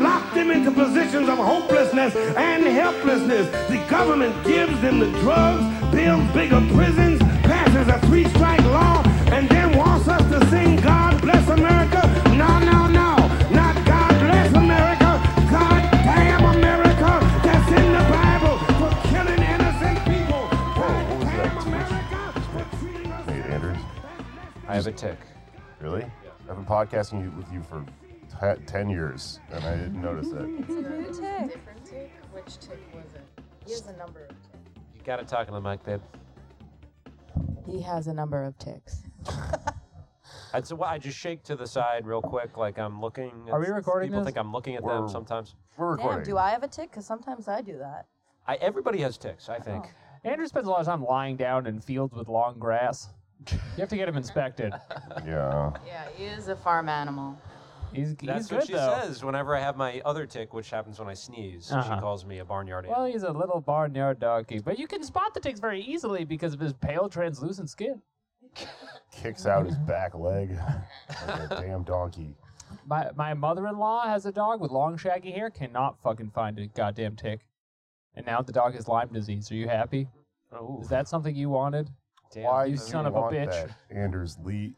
into positions of hopelessness and helplessness. The government gives them the drugs, builds bigger prisons, passes a three strike law, and then wants us to sing God Bless America. No, no, no, not God Bless America. God damn America. That's in the Bible for killing innocent people. Whoa, what was that? Damn America for treating us. Hey, Andrews. I have a tick. Really? I've been podcasting you, with you for te- 10 years, and I didn't notice that. New tick. Different tick? Which tick was it? He has a number of ticks. You gotta talk in the mic, babe. He has a number of ticks. And so what- I just shake to the side real quick, like I'm looking. At Are we recording People this? think I'm looking at We're- them sometimes. We're recording. Damn, do I have a tick? Because sometimes I do that. I everybody has ticks, I think. Andrew spends a lot of time lying down in fields with long grass. You have to get him inspected. Yeah. Yeah, he is a farm animal. He's, That's he's what good she though. says whenever I have my other tick, which happens when I sneeze. Uh-huh. She calls me a barnyard Well, animal. he's a little barnyard donkey, but you can spot the ticks very easily because of his pale, translucent skin. Kicks out his back leg like a damn donkey. My my mother-in-law has a dog with long, shaggy hair. Cannot fucking find a goddamn tick. And now the dog has Lyme disease. Are you happy? Oh, Is that something you wanted? damn. Why you do son you of a want bitch. That? Anders Lee.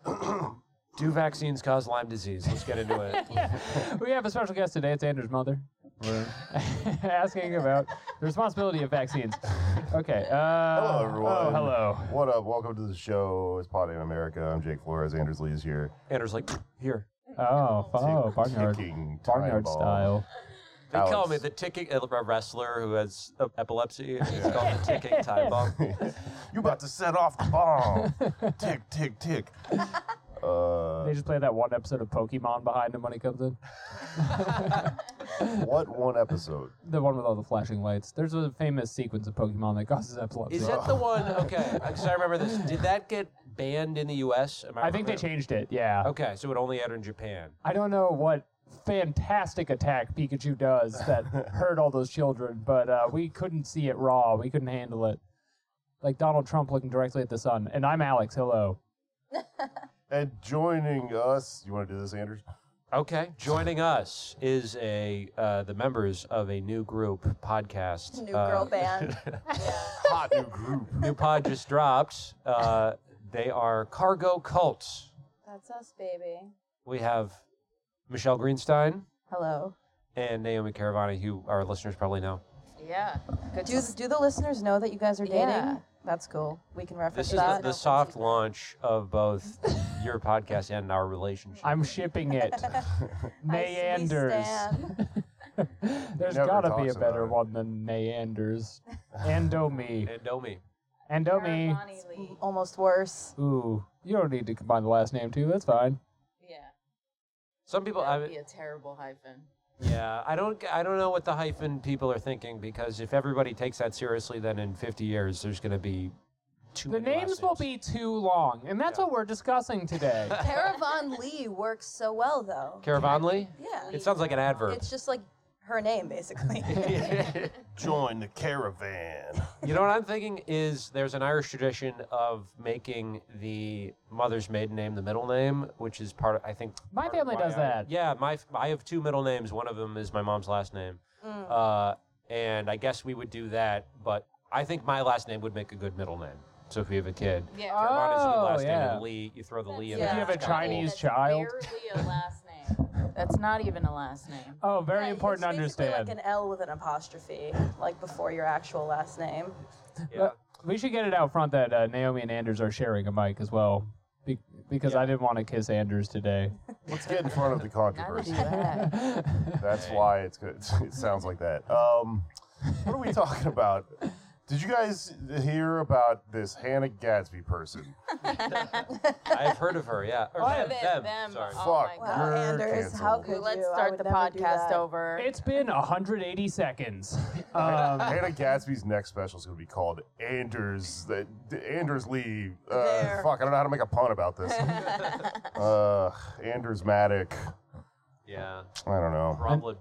Do vaccines cause Lyme disease? Let's get into it. Oh, we have a special guest today. It's Andrew's mother. We're asking about the responsibility of vaccines. Okay. Uh, Hello, everyone. Oh, hello. what up? Welcome to the show. It's Pod in America. I'm Jake Flores. Anders Lee is here. Andrew's like, here. Oh, oh, barnyard, Ticking time barnyard bomb. style. They call Alex. me the ticking uh, a wrestler who has uh, epilepsy. It's called the ticking time bomb. you about to set off the bomb. tick, tick, tick. Uh, They just play that one episode of Pokemon behind him when he comes in. what one episode? The one with all the flashing lights. There's a famous sequence of Pokemon that causes epilepsy. Is that the one? Okay, because I remember this. Did that get banned in the U.S.? Am I think they remembering- changed it. Yeah. Okay, so it only aired in Japan. I don't know what fantastic attack Pikachu does that hurt all those children, but uh, we couldn't see it raw. We couldn't handle it. Like Donald Trump looking directly at the sun. And I'm Alex. Hello. And joining us, you want to do this, Anders? Okay, joining us is a uh, the members of a new group podcast. New uh, girl band. Hot new group. New pod just dropped. Uh, they are Cargo Cults. That's us, baby. We have Michelle Greenstein Hello. and Naomi Caravani, who our listeners probably know. Yeah. Good Do do the listeners know that you guys are dating? Yeah. That's cool. We can reference This is the, that. the soft launch of both your podcast and our relationship. I'm shipping it. I see Neanders. Stan. There's Never got to be talks a about better it. one than Neanders. Andomi. and Naomi. Andomi. Almost worse. Ooh. You don't need to combine the last name, too. That's fine. Yeah. Some people, That I, would be mean, a terrible hyphen. yeah, I don't, I don't know what the hyphen people are thinking because if everybody takes that seriously, then in 50 years there's going to be too The many last names will be too long, and that's what we're discussing today. Caravon Lee works so well, though. Caravanli. yeah. It sounds like an adverb. It's just like her name, basically. Join the caravan. You know what I'm thinking is there's an Irish tradition of making the mother's maiden name the middle name, which is part of I think My part of family why does I- that. Yeah, my f- I have two middle names. One of them is my mom's last name, Mm. uh, and I guess we would do that. But I think my last name would make a good middle name. So if we have a kid, Yeah. Oh, Ron is the last name yeah. and Lee. You throw the Lee in If there. you have a it's kinda Chinese That's child. Barely a last name. That's not even a last name. Oh, very Yeah, important to it's basically understand. Like an L with an apostrophe, like before your actual last name. old. Yeah. Uh, we should get it out front that uh, Naomi and Anders are sharing a mic as well, be- because I didn't want to kiss Anders today. Let's get in front of the Not to do controversy. that. That's why it's good. It sounds like that. Um, what are we talking about? Did you guys hear about this Hannah Gadsby person? I've heard of her. Yeah, or I them. have- them, them. Sorry. Oh my Fuck, Wow, God. you're Anders, canceled. how could Let's you? I start would the never do podcast that. over. It's been 180 seconds. Um, Hannah Gadsby's next special is going to be called Anders. The, the Anders Lee. Uh, There. fuck, I don't know how to make a pun about this. uh, Anders Matic. Yeah, I don't know. problem,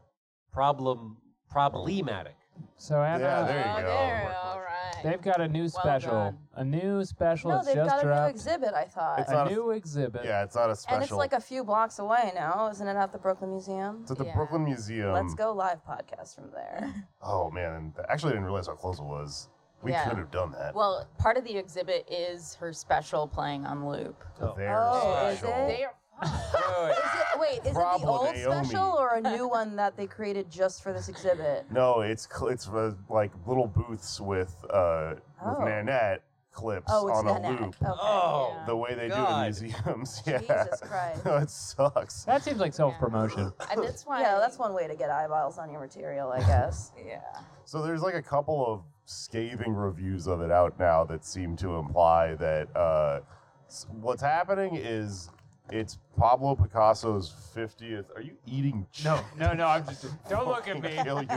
problem, problematic. so Anna, Yeah, there you oh, go. there. All right. right. They've got a new special. done. A new special no, that's they've just got a dropped. new exhibit. I thought. It's a not a- new exhibit. Yeah, it's not a special. and it's like a few blocks away now, isn't it? At the Brooklyn Museum. It's at the Yeah. Brooklyn Museum. Let's go live podcast from there. Oh man, and actually I didn't realize how close it was. We Yeah. could have done that. Well, part of the exhibit is her special playing on loop. They're Oh, is special. it? They are fun. Wait, wait. Is it, wait, is it Bravo, the old Naomi. special or a new one that they created just for this exhibit? No, it's cl- it's uh, like little booths with uh Oh. with Nanette clips Oh, it's on a Nanak. loop. Okay. Oh, Yeah. The way they God. do it in museums. Yeah. Jesus Christ. No, it sucks. That seems like self promotion. And that's why. Yeah, that's one way to get eyeballs on your material, I guess. Yeah. So there's like a couple of scathing reviews of it out now that seem to imply that uh, s- what's happening is it's Pablo Picasso's 50th. Are you eating? No, No, no, I'm just. Don't look Gonna kill you.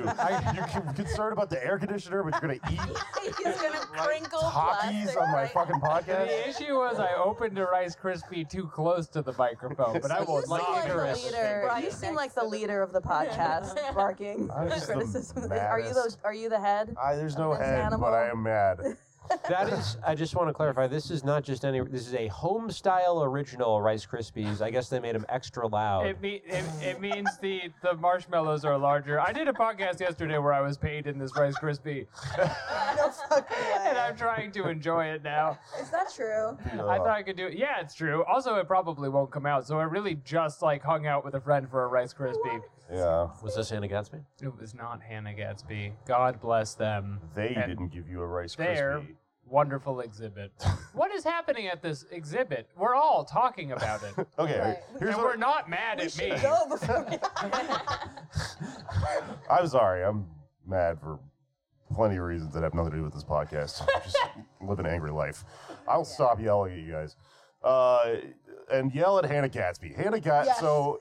you're con- concerned about the air conditioner, but you're gonna eat He's gonna crinkle Takis on my fucking The podcast. issue was I opened a Rice Krispie too close to the microphone, but I You will seem My not like the uterus. leader. Right you seem next like to the the- leader of the podcast, barking I'm just the criticism. Are you the maddest. Are you the head? I, there's no This head, animal. but I am mad. that is. I just want to clarify. This is not just any. This is a home style original Rice Krispies. I guess they made them extra loud. It, me- it, it means the, the marshmallows are larger. I did a podcast yesterday where I was paid in this Rice Krispie, No fucking and way. I'm trying to enjoy it now. Is that true? I thought I could do it. Yeah, it's true. Also, it probably won't come out, so I really just like hung out with a friend for a Rice Krispie. yeah, was this Anna Gatsby? It was not Hannah Gatsby. God bless them. they And didn't give you a Rice Their Krispie. wonderful exhibit. what is happening at this exhibit? We're all talking about it. Okay, Right. here's and what we're not mad at me. Go before we I'm sorry. I'm mad for plenty of reasons that have nothing to do with this podcast. I'm just live an angry life. I'll stop yelling at you guys. Uh, and yell at Hannah Gatsby. Hannah Gatsby. Yes. So,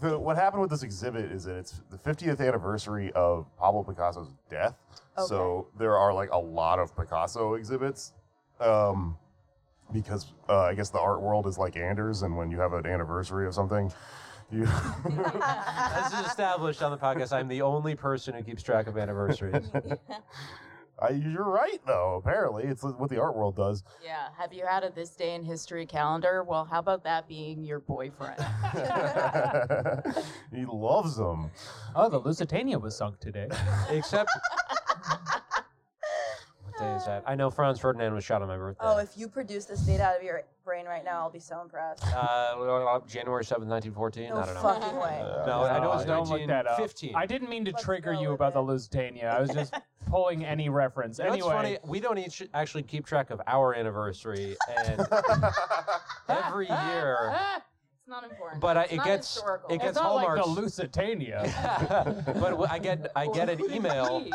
the, what happened with this exhibit is that it's the 50th anniversary of Pablo Picasso's death. So, there are like a lot of Picasso exhibits. Um, because uh, I guess the art world is like Anders, and when you have an anniversary of something, you As is established on the podcast, I'm the only person who keeps track of anniversaries. I, you're right, though. Apparently, it's what the art world does. Yeah. Have you had a this day in history calendar? Well, how about that being your boyfriend? he loves them. Oh, the Lusitania was sunk today. Except. what day is that? I know Franz Ferdinand was shot on my birthday. Oh, if you produce this data out of your brain right now, I'll be so impressed. uh, January 7th, 1914? No I don't know. fucking way. No, I know it's Uh, don't look that up. 1915. I didn't mean to Let's trigger go you with about the it. Lusitania. I was just pulling any reference. You know what's anyway, funny? We don't each actually keep track of our anniversary and every year, it's not important. but I, It's it not gets historical. it it's gets not hallmarks. like the Lusitania. but I get I get an email.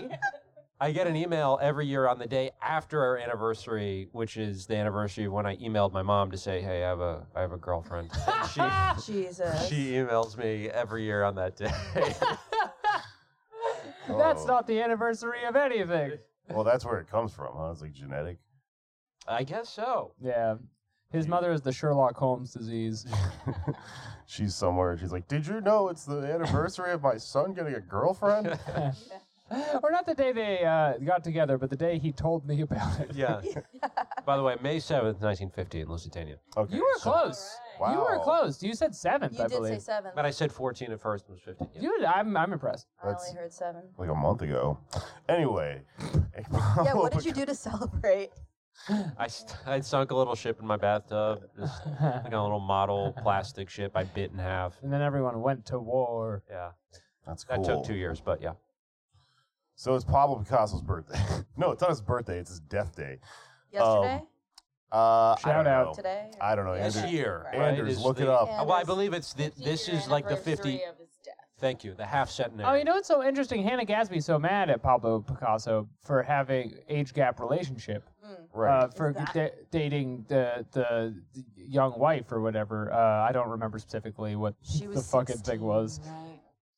I get an email every year on the day after our anniversary, which is the anniversary of when I emailed my mom to say, "Hey, I have a I have a girlfriend." And she Jesus. she emails me every year on that day. That's not the anniversary of anything. Well, that's where it comes from, huh? It's like genetic. I guess so. Yeah. His mother is the Sherlock Holmes disease. She's somewhere. She's like, "Did you know it's the anniversary of my son getting a girlfriend?" or not the day they uh, got together, but the day he told me about it. Yeah. By the way, May seventh, nineteen fifty, in Lusitania. Okay. You were so- close. Wow. You were close. You said seventh, you I did say believe. seven. But I said fourteen at first, it was fifteen. yeah. Dude, I'm I'm impressed. I only That's- heard seven. Like a month ago. Anyway. Oh Yeah, what did you do to celebrate? I, st- I sunk a little ship in my bathtub, just like a little model plastic ship I bit in half. And then everyone went to war. Yeah. That's cool. That took two years, but yeah. So it's Pablo Picasso's birthday. no, it's not his birthday. It's his death day. Oh. Um, Yesterday? Uh, I Shout don't out. know. Today? I don't know. This Andrew- year. Right. Anders, is look it the- up. Yeah. Uh, Well, I believe it's the, this is like the 50. of his death. Thank you. The half centenary. Oh, you know what's so interesting? Hannah Gadsby so mad at Pablo Picasso for having age gap relationship, Right. uh, for Is that- da- dating the, the the young wife or whatever. Uh, I don't remember specifically what She was the fucking thing was. Right?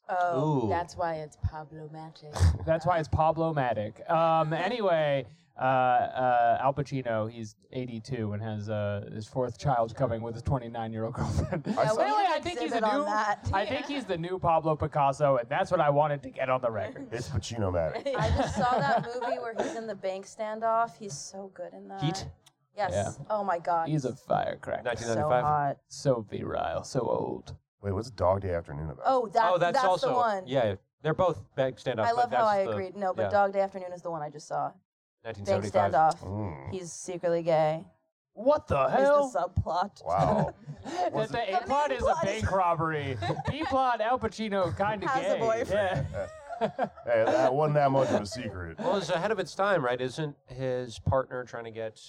Oh. Ooh. That's why it's Pablo Matic. That's why it's Pablo Matic. Um, anyway, Uh, uh, Al Pacino, he's 82 and has uh, his fourth child coming with his 29 year old girlfriend. I saw- Really, I think he's a Exhibit on new. that. I think he's the new Pablo Picasso, and that's what I wanted to get on the record. It's Pacino Matic. I just saw that movie where he's in the bank standoff. He's so good in that. Heat, Yes. Oh my God. He's a firecracker. so 1995. hot. So virile, so old. Wait, what's Dog Day Afternoon about? Oh, that, oh, that's, that's also the one. yeah. They're both bank standoff. I but love how that's I the- agreed. No, but yeah, Dog Day Afternoon is the one I just saw. Bank 1975. standoff. Mm. He's secretly gay. What the Is the subplot. Wow. Was the A plot is a plot is- bank robbery. B plot, Al Pacino, kind of Has a gay. boyfriend. Yeah. hey, that wasn't that much of a secret. Well, it's ahead of its time, right? Isn't his partner trying to get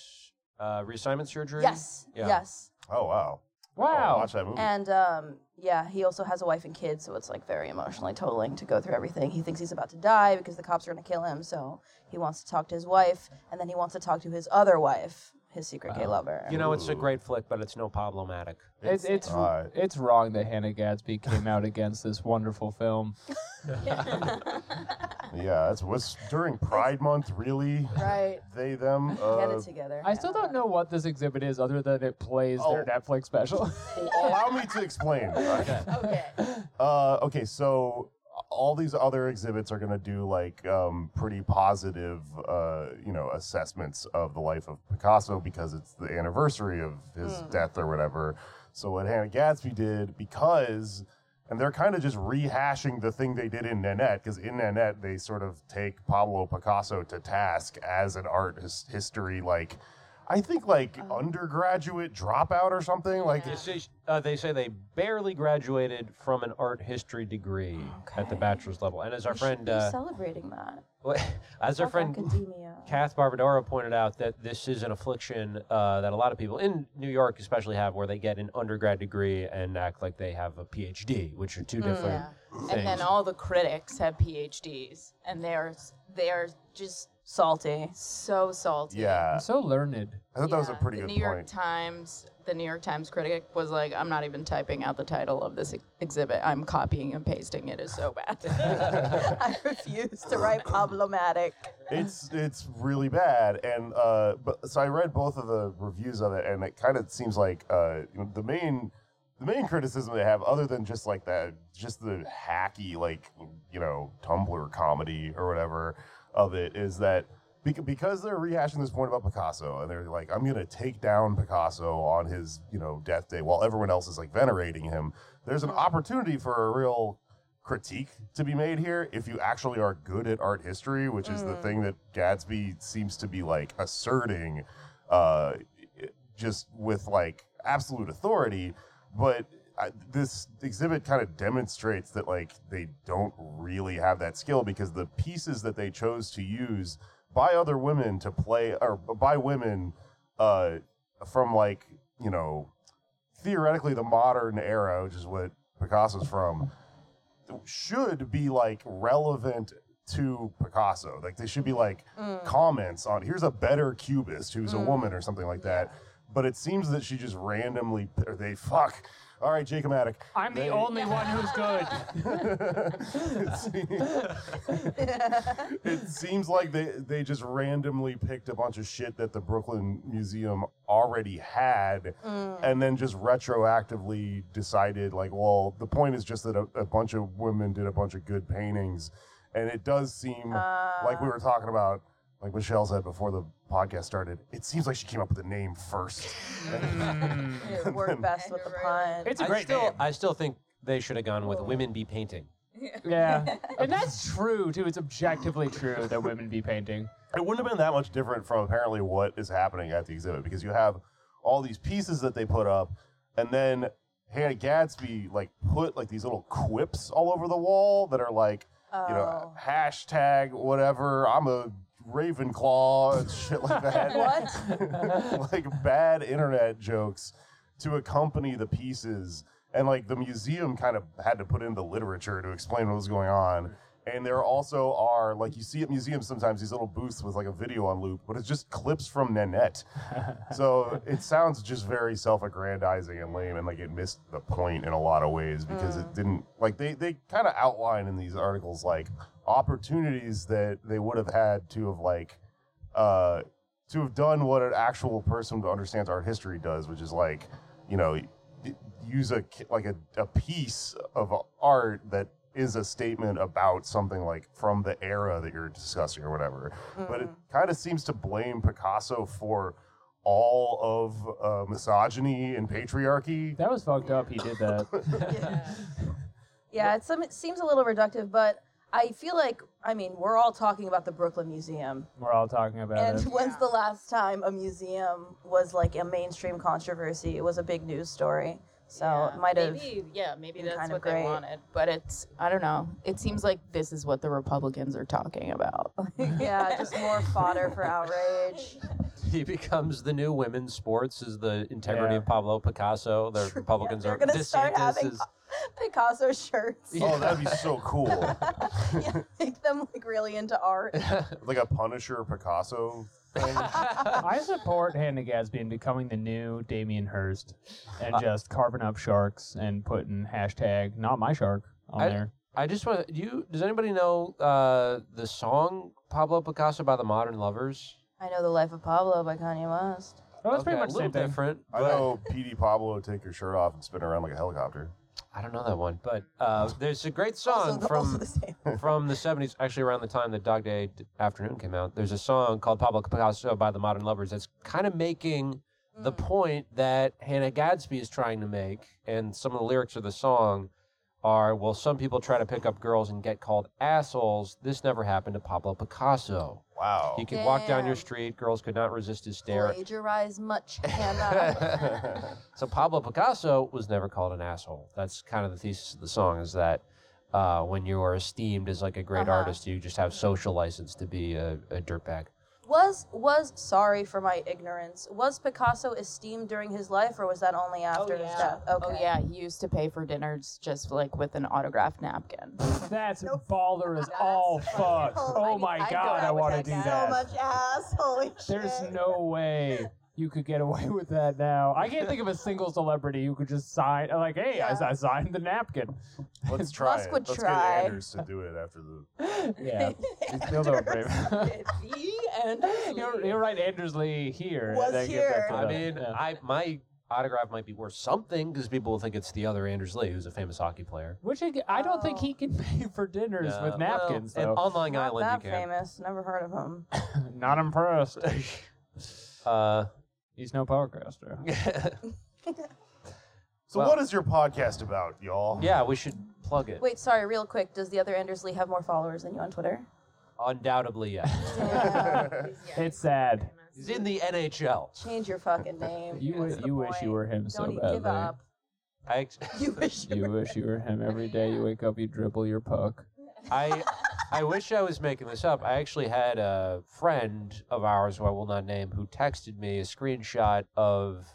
uh, reassignment surgery? Yes. Yeah. Yes. Oh, wow. Oh, Wow. watch that movie. And um, yeah, he also has a wife and kids, so it's like very emotionally totaling to go through everything. He thinks he's about to die because the cops are going to kill him, so he wants to talk to his wife, and then he wants to talk to his other wife, his secret gay lover. You know, it's a great flick, but it's no problematic. It's it's Alright. it's wrong that Hannah Gadsby came out against this wonderful film. yeah, that's was during Pride Month, really? Right. They, them? Get Uh, it together. I still don't know what this exhibit is, other than it plays their Oh. Netflix special. allow me to explain. Okay. Uh, okay, so uh, all these other exhibits are going to do like um, pretty positive, uh, you know, assessments of the life of Picasso because it's the anniversary of his death or whatever. So what Hannah Gadsby did because. And they're kind of just rehashing the thing they did in Nanette, because in Nanette they sort of take Pablo Picasso to task as an art his- history, like I think like undergraduate dropout or something. Like They say, uh, they say they barely graduated from an art history degree at the Okay. bachelor's level. And as our We should friend, be uh, celebrating that. as our Fuck friend academia. Kath Barbadoro pointed out that this is an affliction uh, that a lot of people in New York, especially, have, where they get an undergrad degree and act like they have a PhD, which are two Mm, different things. And then all the critics have PhDs, and they're they're just Salty. so salty. yeah, so learned. I thought that was a Yeah, pretty the good New point. York Times, the New York Times critic was like, "I'm not even typing out the title of this ex- exhibit. I'm copying and pasting. It is so bad." I refuse to write problematic. it's it's really bad and uh but so i read both of the reviews of it and it kind of seems like uh you know, the main the main criticism they have other than just like that just the hacky like you know tumblr comedy or whatever of it is that bec- because they're rehashing this point about Picasso, and they're like, "I'm gonna take down Picasso on his, you know, death day," while everyone else is like venerating him. There's an opportunity for a real critique to be made here if you actually are good at art history, which is the thing that Gadsby seems to be like asserting, uh, just with like absolute authority. But I, this exhibit kind of demonstrates that like they don't really have that skill because the pieces that they chose to use by other women to play or by women uh, from like you know theoretically the modern era, which is what Picasso's from, should be like relevant to Picasso. Like they should be like comments on here's a better cubist who's a woman or something like that. But it seems that she just randomly or they fuck. All right, Jacob Attic. I'm the They- only one who's good. it, seems, it seems like they, they just randomly picked a bunch of shit that the Brooklyn Museum already had and then just retroactively decided, like, well, the point is just that a, a bunch of women did a bunch of good paintings. And it does seem like we were talking about, like Michelle said before the podcast started, it seems like she came up with the name first. It worked best with the pun. It's a great I still, name. I still think they should have gone with women be painting. Yeah, and that's true too. It's objectively true that women be painting. it wouldn't have been that much different from apparently what is happening at the exhibit because you have all these pieces that they put up and then Hannah Gadsby like put like these little quips all over the wall that are like you know Oh. hashtag whatever I'm a Ravenclaw and shit like that What? like bad internet jokes to accompany the pieces and like the museum kind of had to put in the literature to explain what was going on and there also are like you see at museums sometimes these little booths with like a video on loop but it's just clips from nanette so it sounds just very self-aggrandizing and lame and like it missed the point in a lot of ways because it didn't like they they kind of outline in these articles like opportunities that they would have had to have like uh, to have done what an actual person who understands art history does, which is like, you know, y- use a ki- like a, a piece of art that is a statement about something like from the era that you're discussing or whatever. But it kind of seems to blame Picasso for all of uh, misogyny and patriarchy. That was fucked up. He did that. Yeah, it's some, it seems a little reductive, but I feel like, I mean, we're all talking about the Brooklyn Museum. We're all talking about And it. when's the last time a museum was like a mainstream controversy? It was a big news story. So it might have. Maybe, yeah, maybe been that's kind of what they great. wanted. But it's, I don't know. It seems like this is what the Republicans are talking about. Yeah, just more fodder for outrage. He becomes the new women's sports. Is the integrity Yeah. of Pablo Picasso? The Republicans They're are gonna start DeSantis having is- Picasso shirts. Oh, that'd be so cool. Yeah, make them like really into art. like a Punisher Picasso thing. I support Hannah Gadsby in becoming the new Damien Hirst and just carving up sharks and putting hashtag not my shark on I- there. I just want to. You does anybody know uh, the song Pablo Picasso by the Modern Lovers? I know the Life of Pablo by Kanye West. Well, that's Okay, pretty much a the little same thing. different. I but- know PD Pablo take your shirt off and spin around like a helicopter. I don't know that one, but uh, there's a great Also, song the- from also the same. from the 70s, actually around the time that Dog Day D- Afternoon came out, there's a song called Pablo Picasso by the Modern Lovers that's kind of making the point that Hannah Gadsby is trying to make. And some of the lyrics of the song are, well, some people try to pick up girls and get called assholes. This never happened to Pablo Picasso. Wow. He could walk down your Damn. street, girls could not resist his stare. Plagiarize much, Hannah. so Pablo Picasso was never called an asshole. That's kind of the thesis of the song is that uh, when you are esteemed as like a great Uh-huh. artist, you just have social license to be a, a dirtbag. was was sorry for my ignorance. Was Picasso esteemed during his life, or was that only after his death? Okay. Oh yeah, he used to pay for dinners just like with an autographed napkin. That's baller as all fuck. Oh my god, I want to do that. ass. Holy There's no way you could get away with that now. I can't think of a single celebrity who could just sign like, "Hey, I- I, signed the napkin." Let's try Musk it. would Let's try. get Anders to do it after the. Yeah, he'll do it, babe. and He'll, he'll write Anders Lee here. and Was then get back here. to I the- mean, yeah. I my autograph might be worth something because people will think it's the other Anders Lee, who's a famous hockey player. Which I g- I don't think Oh. he can pay for dinners Uh, with napkins. well, and though. on Long Not Island, that you can. famous. Never heard of him. Not impressed. Uh, He's no power caster. So Well- what is your podcast about, y'all? yeah, we should plug it. Wait, sorry, real quick. Does the other Anders Lee have more followers than you on Twitter? Undoubtedly, yes. It's sad. He's in the NHL. Change your fucking name. You What's would- the you wish you point? were him so Don't e- give badly. up. I ex- You wish you You were. wish you were him every day. You wake up, you dribble your puck. I I wish I was making this up. I actually had a friend of ours who I will not name who texted me a screenshot of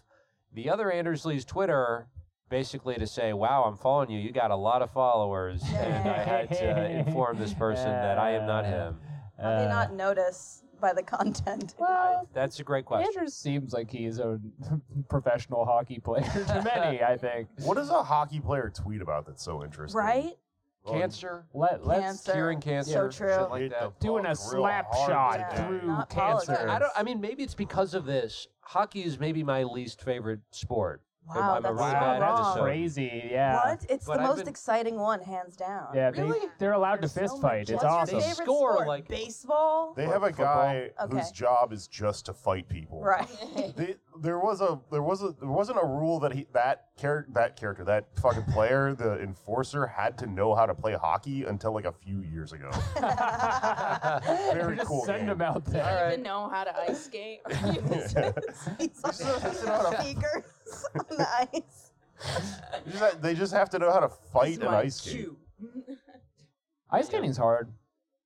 the other Anders Lee's Twitter basically to say, Wow, I'm following you. You got a lot of followers. And I had to inform this person that I am not him. How do they not notice by the content? I, Uh, Well, that's a great question. Andrews seems like he's a professional hockey player to many. I think. What does a hockey player tweet about that's so interesting? Right? Well, Cancer, Let let's Cancer. curing So cancer, true. shit like hit the that. puck doing Oh, real a slap hard shot today. Yeah. through Not cancer. politics. I don't. I mean, maybe it's because of this. Hockey is maybe my least favorite sport. Wow, I'm a that's really so bad wrong. episode. Crazy, yeah. What? It's But the I've most been- exciting one, hands down. Yeah, they, Really? they're allowed There's to fist so much- fight. It's What's awesome. Your favorite Score, sport? like- baseball. They have a Football. guy Okay. whose job is just to fight people. Right. They, there was a there was a there wasn't a rule that he that character that character that fucking player the enforcer had to know how to play hockey until like a few years ago. Very Just cool. send game. them out there. I even know how to ice skate. or use He's on speakers on the ice. You just ha- they just have to know how to fight an my ice skate. shoe. Ice skating's hard.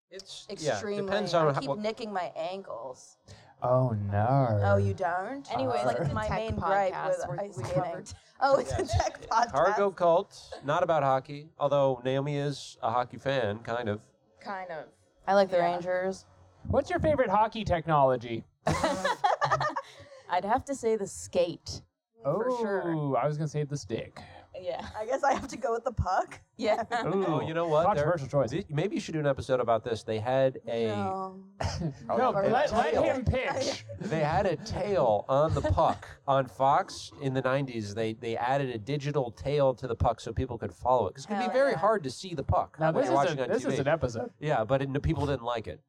It's Extremely. Yeah, depends on I how, keep what- nicking my ankles. Oh no. Oh, you don't? Anyways, It's like it's a my tech main gripe podcast. with We're- ice we skating. covered- Oh, it's a tech podcast. Cargo Cult, not about hockey, although Naomi is a hockey fan, kind of. Kind of. I like the Rangers. What's your favorite hockey technology? I'd have to say the skate. Oh, sure. I was gonna say the stick. Yeah. I guess I have to go with the puck. Yeah. Oh, you know what? There- Controversial choice. th- maybe you should do an episode about this. They had a No. No, Or let, let tail. him pitch. they had a tail on the puck on Fox in the '90s. They they added a digital tail to the puck so people could follow it. 'Cause it could be Hell very yeah. hard to see the puck Now when this you're is watching a, on this TV. is an episode. yeah, but it, no, people didn't like it,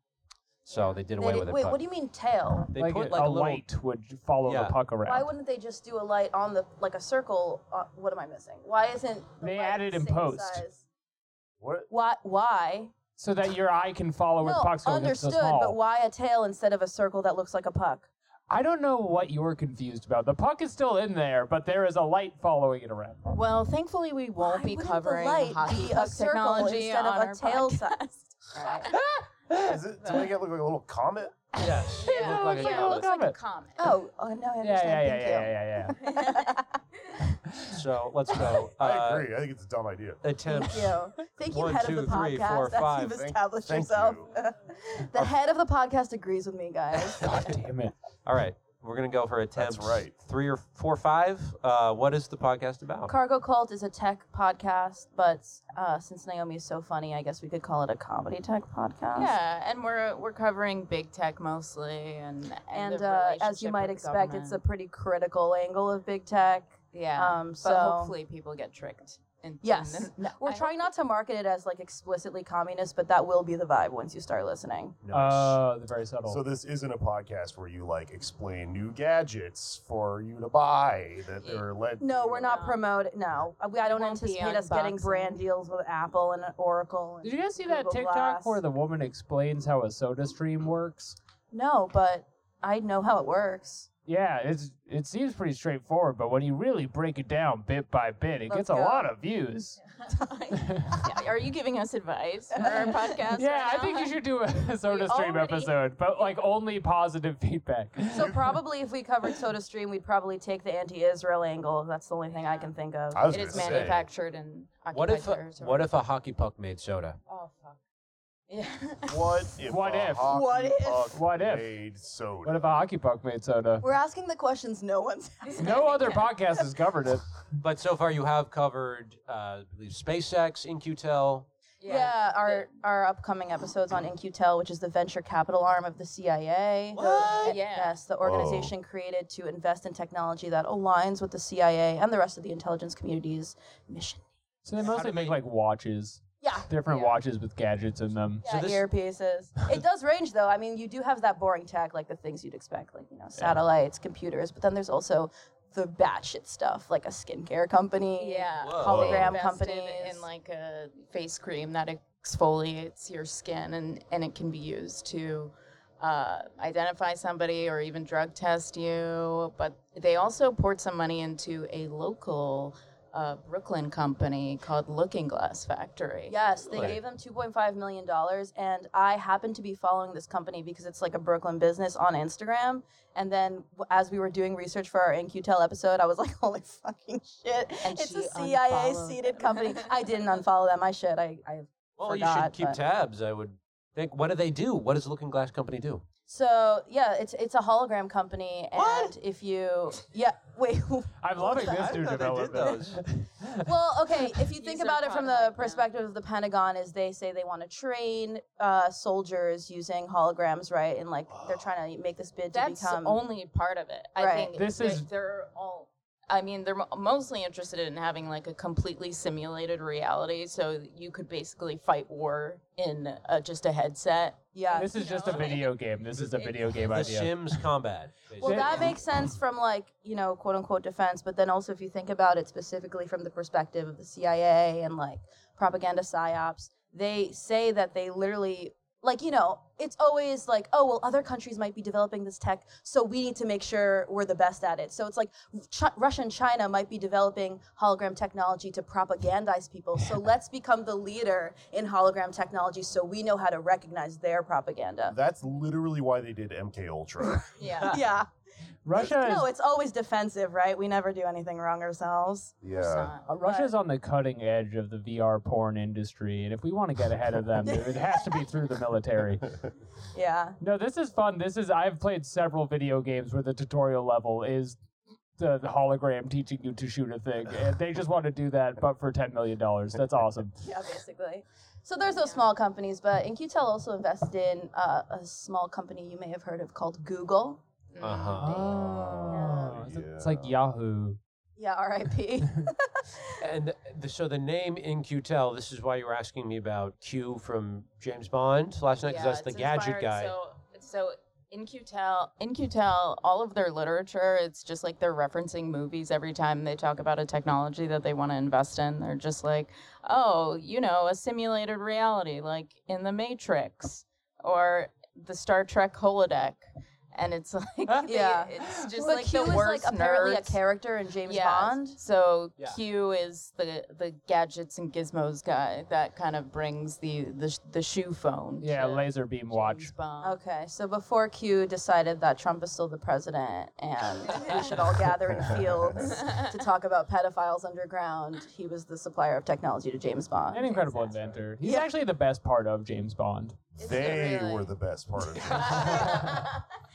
so they did They away did- with it. wait, but what do you mean tail? They put like a, a little. light would follow Yeah. the puck around. Why wouldn't they just do a light on the like a circle? On, what am I missing? Why isn't the They light added the in same post. size? What? Why? Why? so that your eye can follow where Oh, the No, puck's going. 'cause it's so understood. But small. why a tail instead of a circle that looks like a puck? I don't know what you're confused about. The puck is still in there, but there is a light following it around. Well, thankfully we won't Why be wouldn't covering the light hockey be a puck circle technology on instead of our a tail podcast. size? Right. Is it to make it look like a little comet? Yes. Yeah, it looked like a yeah, it comet. looks like a comet. comet. Oh, oh, now I understand. Yeah, yeah, yeah, Thank you. yeah, yeah, yeah. So let's go. Uh, I agree. I think it's a dumb idea. Attempts. Thank you. Thank you, One, head two, of the three, podcast, four, as five. you've Thank- established thank yourself. you. the head of the podcast agrees with me, guys. God damn it. All right, we're gonna go for attempts. right. Three or four, or five. Uh, what is the podcast about? Cargo Cult is a tech podcast, but uh, since Naomi is so funny, I guess we could call it a comedy tech podcast. Yeah, and we're we're covering big tech mostly, and and, And the uh, as you relationship might with expect, it's a government. pretty critical angle of big tech. yeah. um, but so- hopefully people get tricked. Into Yes. We're I trying not to market it as like explicitly communist, but that will be the vibe once you start listening. Uh, the very subtle. So this isn't a podcast where you like explain new gadgets for you to buy that they're led. No, we're not No. promoting. No, Uh, we- I don't Won't be anticipate us getting unboxing. brand deals with Apple and Oracle. And Did you guys see that Google TikTok Glass. where the woman explains how a soda stream works? No, but I know how it works. Yeah, it's it seems pretty straightforward, but when you really break it down bit by bit, it Let's gets a go. lot of views. Yeah, Are you giving us advice for our podcast? yeah, right I think now? you should do a soda stream already- episode, but like only positive feedback. So probably if we covered SodaStream, we'd probably take the anti-Israel angle. That's the only thing I can think of. I was It is gonna say, manufactured in occupied What uh, if a, territory. what if a hockey puck made soda? Oh fuck. Yeah. What if? What a if? hockey What if? puck What if? Made soda. What if a hockey puck made soda? We're asking the questions no one's asking. No other podcast has covered it. But so far, you have covered, uh, I believe, SpaceX, InQtel. Yeah, our our upcoming episodes on InQtel, which is the venture capital arm of the CIA. What? Yeah. Yes, the organization created to invest in technology that aligns with the CIA and the rest of the intelligence community's mission. So they mostly do make they- like watches, Yeah. different Yeah. watches with gadgets in them. Yeah, this- earpieces. It does range though. I mean, you do have that boring tech, like the things you'd expect, like you know, satellites, computers. But then there's also the batshit stuff, like a skincare company. Yeah. Whoa. Hologram invested companies. in like a face cream that exfoliates your skin and, and it can be used to uh, identify somebody or even drug test you. But they also poured some money into a local uh, Brooklyn company called Looking Glass Factory. Yes, they Right. gave them $2.5 million. And I happen to be following this company because it's like a Brooklyn business on Instagram. And then w- as we were doing research for our NQTEL episode, I was like, holy fucking shit. And it's a she CIA unfollowed seated them. company. I didn't unfollow them. I should. I, I Well, you should Forgot, keep but- tabs. I would think. What do they do? What does Looking Glass Company do? So yeah, it's it's a hologram company, and What? if you yeah wait I'm loving I this didn't know new they did development. well okay if you think so about it proud from of the Mike now. perspective of the Pentagon is they say they want to train uh, soldiers using holograms right and like they're trying to make this bid That's to become only part of it. I Right. think This they- is- they're all. I mean, they're mo- mostly interested in having like a completely simulated reality, so you could basically fight war in uh, just a headset. yeah This is just a No. video game. This is a video game The idea. Sims Combat. Well, basically. that makes sense from like you know, quote unquote defense, but then also if you think about it specifically from the perspective of the CIA and like propaganda psyops, they say that they literally like you know, it's always like, oh well, other countries might be developing this tech, so we need to make sure we're the best at it. So it's like Ch- Russia and China might be developing hologram technology to propagandize people, so let's become the leader in hologram technology, so we know how to recognize their propaganda. That's literally why they did MK Ultra. Yeah. Yeah. Russia is No, it's always defensive, right? We never do anything wrong ourselves. yeah. Uh, Russia's on the cutting edge of the VR porn industry, and if we want to get ahead of them, it has to be through the military. Yeah. No, this is fun. This is I've played several video games where the tutorial level is the hologram teaching you to shoot a thing. And they just want to do that, but for $10 million. That's awesome. yeah, basically. So there's those small companies, but InQtel also invested in uh, a small company you may have heard of called Google. Uh huh. Oh, Yeah. It's like Yahoo. Yeah, R.I.P. And the, so the name in Qtel, this is why you were asking me about Q from James Bond last night, because Yeah, that's the it's gadget inspired- guy. So, so in Qtel, in Qtel, all of their literature, it's just like they're referencing movies every time they talk about a technology that they want to invest in. They're just like, oh, you know, a simulated reality, like in The Matrix or the Star Trek holodeck. And it's like, they- Yeah. it's just but like Q the is like worst apparently a nerds. character in James Yeah, Bond. So Yeah. Q is the the gadgets and gizmos guy that kind of brings the the, sh- the shoe phone. Yeah, to laser beam James watch. Bond. Okay, so before Q decided that Trump is still the president and we should all gather in fields to talk about pedophiles underground, he was the supplier of technology to James Bond. An incredible inventor. He's Yeah. actually the best part of James Bond. They were the best part of it.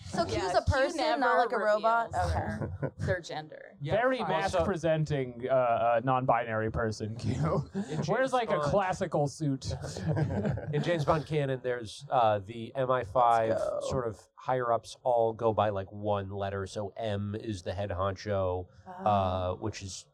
So Q's Yeah, a Q person, not never like a robot. reveals Okay. Their, their gender. Yeah, Very fine. mask Also- presenting uh, uh, non binary person, Q. Wears James like a Bond. classical suit. In James Bond canon, there's uh, the MI5 sort of higher ups all go by like one letter. So M is the head honcho, uh, which is,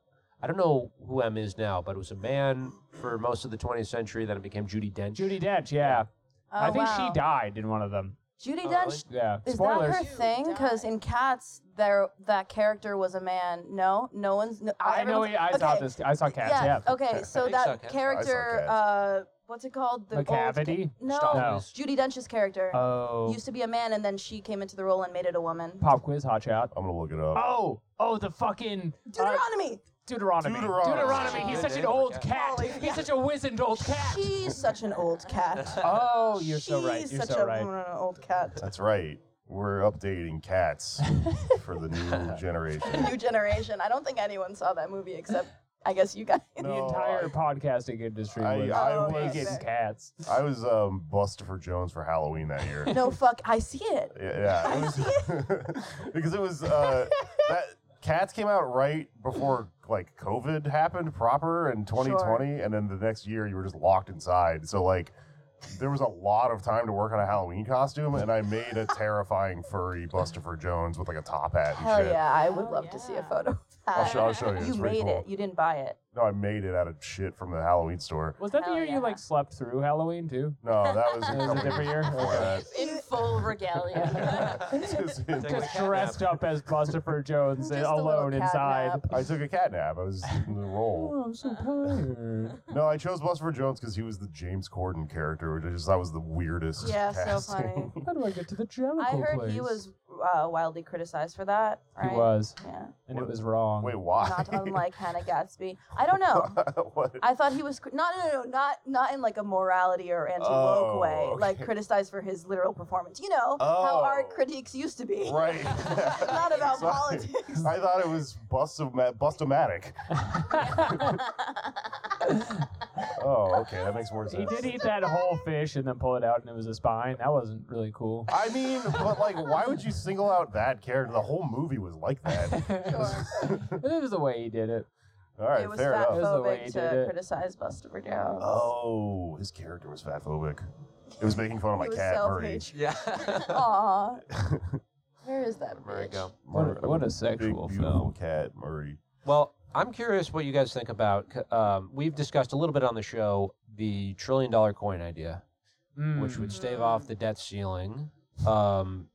I don't know who M is now, but it was a man for most of the 20th century. Then it became Judy Dench. Judy Dench, yeah. Oh, I think wow. she died in one of them. Judy Oh, Dench. really? Yeah. Is Spoilers. that her thing? Because in Cats, there that character was a man. No, no one's. No, I know. everyone's- I saw okay. this. I saw cats. Yeah. Okay, so I saw that Cats. character, Cats. uh, what's it called? old ca- Macavity? no, No. Stalin is- Judy Dench's character Oh. used to be a man, and then she came into the role and made it a woman. Pop quiz, hot shot. I'm gonna look it up. Oh, oh, the fucking uh, Deuteronomy. Deuteronomy. Deuteronomy. Good He's such an name for old cat. cat. He's such a wizened old cat. She's such an old cat. Oh, you're so right. She's You're such so a, right. an old cat. That's right. We're updating cats for the new generation. New generation. I don't think anyone saw that movie except, I guess, you guys. The No, entire I- podcasting industry I- was I Oh, was- naked cats. I was um, Buster Jones for Halloween that year. No, fuck, I see it. Yeah, yeah, it was because it was uh, that Cats came out right before like COVID happened proper in 2020, and then the next year you were just locked inside. So like, there was a lot of time to work on a Halloween costume, and I made a terrifying furry Buster Jones with like a top hat and Hell shit. yeah, I would Oh, love to see a yeah. photo. of I'll that. show, I'll show you. you It's pretty made cool. it. You didn't buy it. No, I made it out of shit from the Halloween store. Was that the Hell year yeah. you like slept through Halloween too? No, that was a That was a couple different year? before Okay. In full regalia. that. Just- Just Just dressed up as Bustopher Jones Just a little alone cat inside. nap. I took a cat nap. I was in the role. Oh, I'm so tired. No, I chose Buster Jones because he was the James Corden character, which I just thought was the weirdest. Yeah, so casting. funny. How do I get to the Jericho I heard place? he was uh, wildly criticized for that. He Right? was, Yeah. and it What- was wrong. Wait, why? Not unlike Hannah Gatsby. I don't know. What? I thought he was cri- not no, no no not not in like a morality or anti woke Oh, way like okay. criticized for his literal performance. You know how Oh. art critiques used to be. Right. not about Sorry. politics. I thought it was Bustoma- Bustomatic. oh, okay, that makes more He sense. did eat that whole fish and then pull it out, and it was a spine. That wasn't really cool. I mean, but like, why would you single out that character? The whole movie was like that. It was the way he did it. All right, it was fair fat enough. That's the way he phobic did to it. criticize Buster Jones. Oh, his character was fatphobic. It was making fun of Oh, my He was cat, Murray. self-hatred. Yeah. Aw. Where is that there we bitch? go. What a- what a Big, sexual beautiful film. cat, Murray. Well, I'm curious what you guys think about. c- Um, we've discussed a little bit on the show the trillion dollar coin idea, which Mm. would stave off the debt ceiling. Um,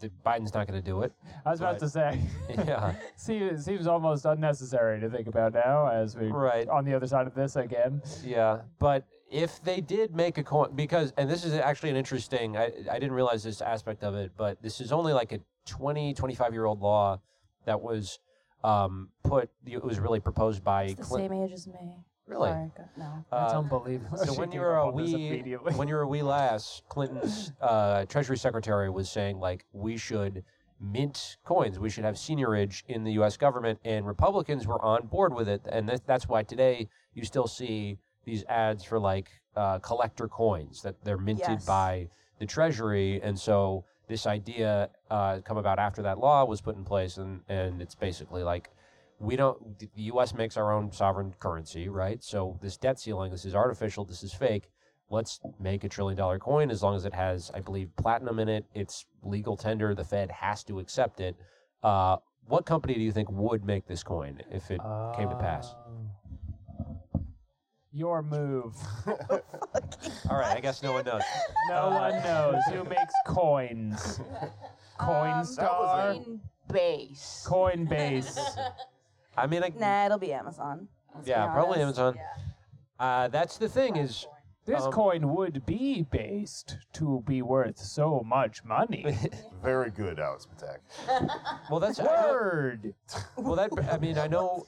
the, Biden's not going to do it. I was about but- to say. Yeah. See, it seems almost unnecessary to think about now, as we Right. on the other side of this again. Yeah, but if they did make a coin, because and this is actually an interesting, I, I didn't realize this aspect of it, but this is only like a 20, 25 year old law that was um, put. It was really proposed by It's the Clin- same age as me. Really? Sorry, go- no. That's uh, unbelievable. So She when you gave were up a on this wee, immediately. when you were a wee lass, Clinton's uh, Treasury Secretary was saying like we should mint coins. We should have seniorage in the U.S. government, and Republicans were on board with it, and that, that's why today you still see these ads for like uh, collector coins that they're minted Yes. by the Treasury, and so this idea uh, come about after that law was put in place, and and it's basically like we don't. The U.S. makes our own sovereign currency, right? So this debt ceiling, this is artificial, this is fake. Let's make a trillion dollar coin as long as it has, I believe, platinum in it. It's legal tender. The Fed has to accept it. Uh, what company do you think would make this coin if it came to pass? Oh. Your move. All right, I guess no one knows. No Uh, one knows who makes coins. Um, Coinstar, Coin base. Coinbase. I mean, I, Nah, it'll be Amazon. let's be yeah, probably honest. Amazon. Uh, that's the thing is, This Um, coin would be based to be worth so much money. Very good, Alex Patak. well, that's Word. well that I mean, I know.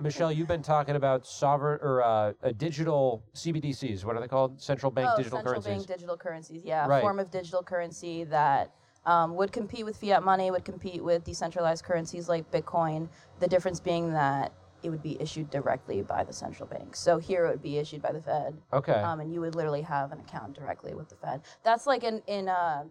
Michelle, you've been talking about sovereign or uh, a digital CBDCs. What are they called? Central bank oh, digital central currencies. bank digital currencies. Yeah, Right. a form of digital currency that um, would compete with fiat money, would compete with decentralized currencies like Bitcoin. The difference being that it would be issued directly by the central bank. So here it would be issued by the Fed, okay. um, and you would literally have an account directly with the Fed. That's like in in uh,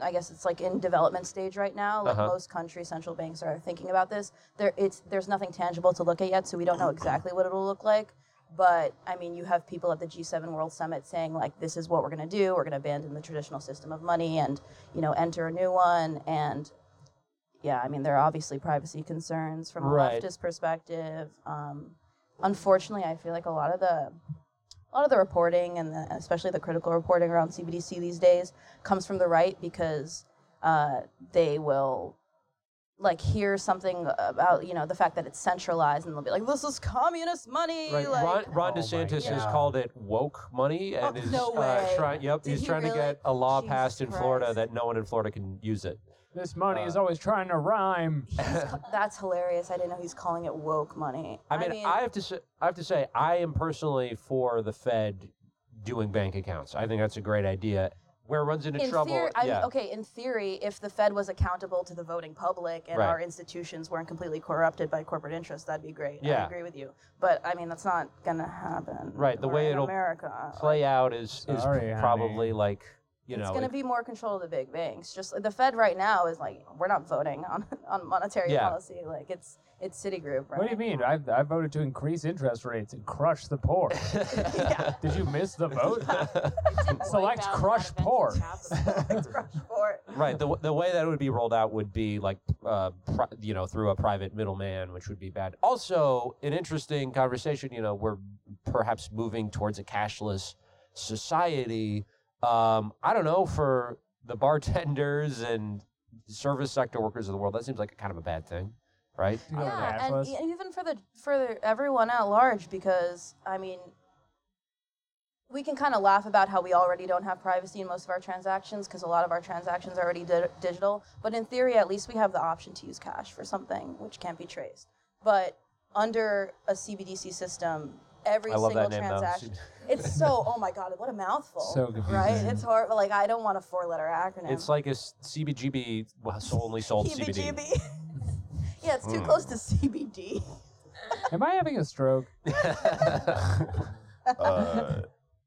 I guess it's like in development stage right now. Like Uh-huh. most country central banks are thinking about this. There, it's there's nothing tangible to look at yet, so we don't know exactly what it'll look like. But I mean, you have people at the G7 World Summit saying like, "This is what we're going to do. We're going to abandon the traditional system of money and you know enter a new one." And yeah, I mean, there are obviously privacy concerns from a Right. leftist perspective. Um, unfortunately, I feel like a lot of the a lot of the reporting and the, especially the critical reporting around CBDC these days comes from the right because uh, they will like hear something about you know the fact that it's centralized and they'll be like this is communist money Right. like Ron, Ron Oh my DeSantis has God. called it woke money and Oh, is no uh, way. trying. Yep, Did he's he trying to really? get a law Jesus passed in Florida Christ. that no one in Florida can use it. This money is always trying to rhyme. that's hilarious i didn't know he's calling it woke money I mean, I, have to say, I have to say, I am personally for the Fed doing bank accounts. I think that's a great idea. Where it runs into in trouble, theory, I yeah, mean, okay, in theory, if the Fed was accountable to the voting public and Right. our institutions weren't completely corrupted by corporate interests, that'd be great. Yeah. I agree with you. But I mean, that's not gonna happen. Right, the We're way in it'll America. play out is is Sorry, honey. probably like you it's know. going it- to be more control of the big banks. Just the Fed right now is like we're not voting on, on monetary Yeah. policy. Like it's it's Citigroup, right? What do you mean? I, I voted to increase interest rates and crush the poor. Did you miss the vote? Select crush poor. It's Rush for it. Right. The, w- the way that it would be rolled out would be like, uh, pri- you know, through a private middleman, which would be bad. Also, an interesting conversation, you know, we're perhaps moving towards a cashless society. Um, I don't know, for the bartenders and service sector workers of the world, that seems like a kind of a bad thing, right? You know what Yeah, that and was? e- even for the for the, everyone at large, because I mean, we can kind of laugh about how we already don't have privacy in most of our transactions because a lot of our transactions are already di- digital. But in theory, at least we have the option to use cash for something which can't be traced. But under a CBDC system, every I love single that name, though. transaction. It's so oh my god, what a mouthful. So right? confusing. It's horrible. Like I don't want a four-letter acronym. It's like a s- CBGB, well, so only sold CBD. CBGB. yeah, it's too Hmm. close to CBD. Am I having a stroke? Uh,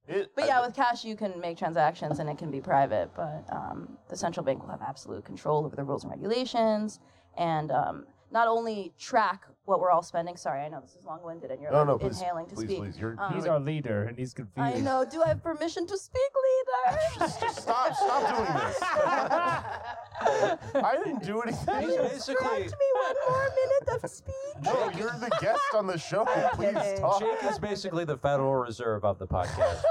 it, But yeah, with cash you can make transactions and it can be private, but um, the central bank will have absolute control over the rules and regulations, and um, not only track what we're all spending. Sorry, I know this is long-winded, and you're no, like, no, please, inhaling to please, speak. please. You're, Um, He's our leader, and he's confused. I know. Do I have permission to speak, leader? stop, stop doing this. I didn't do anything. Basically, Give me one more minute of speak. No, you're the guest on the show. Please kidding. talk. Jake is basically the Federal Reserve of the podcast.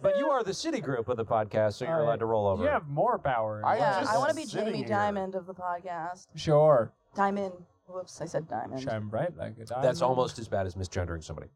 but you are the City Group of the podcast, so Uh, you're All right. allowed to roll over. You have more power. I Yeah, just I want to be sitting Jamie here. Diamond of the podcast. Sure. Diamond. Whoops, I said diamond. Shine bright like a diamond. That's almost as bad as misgendering somebody.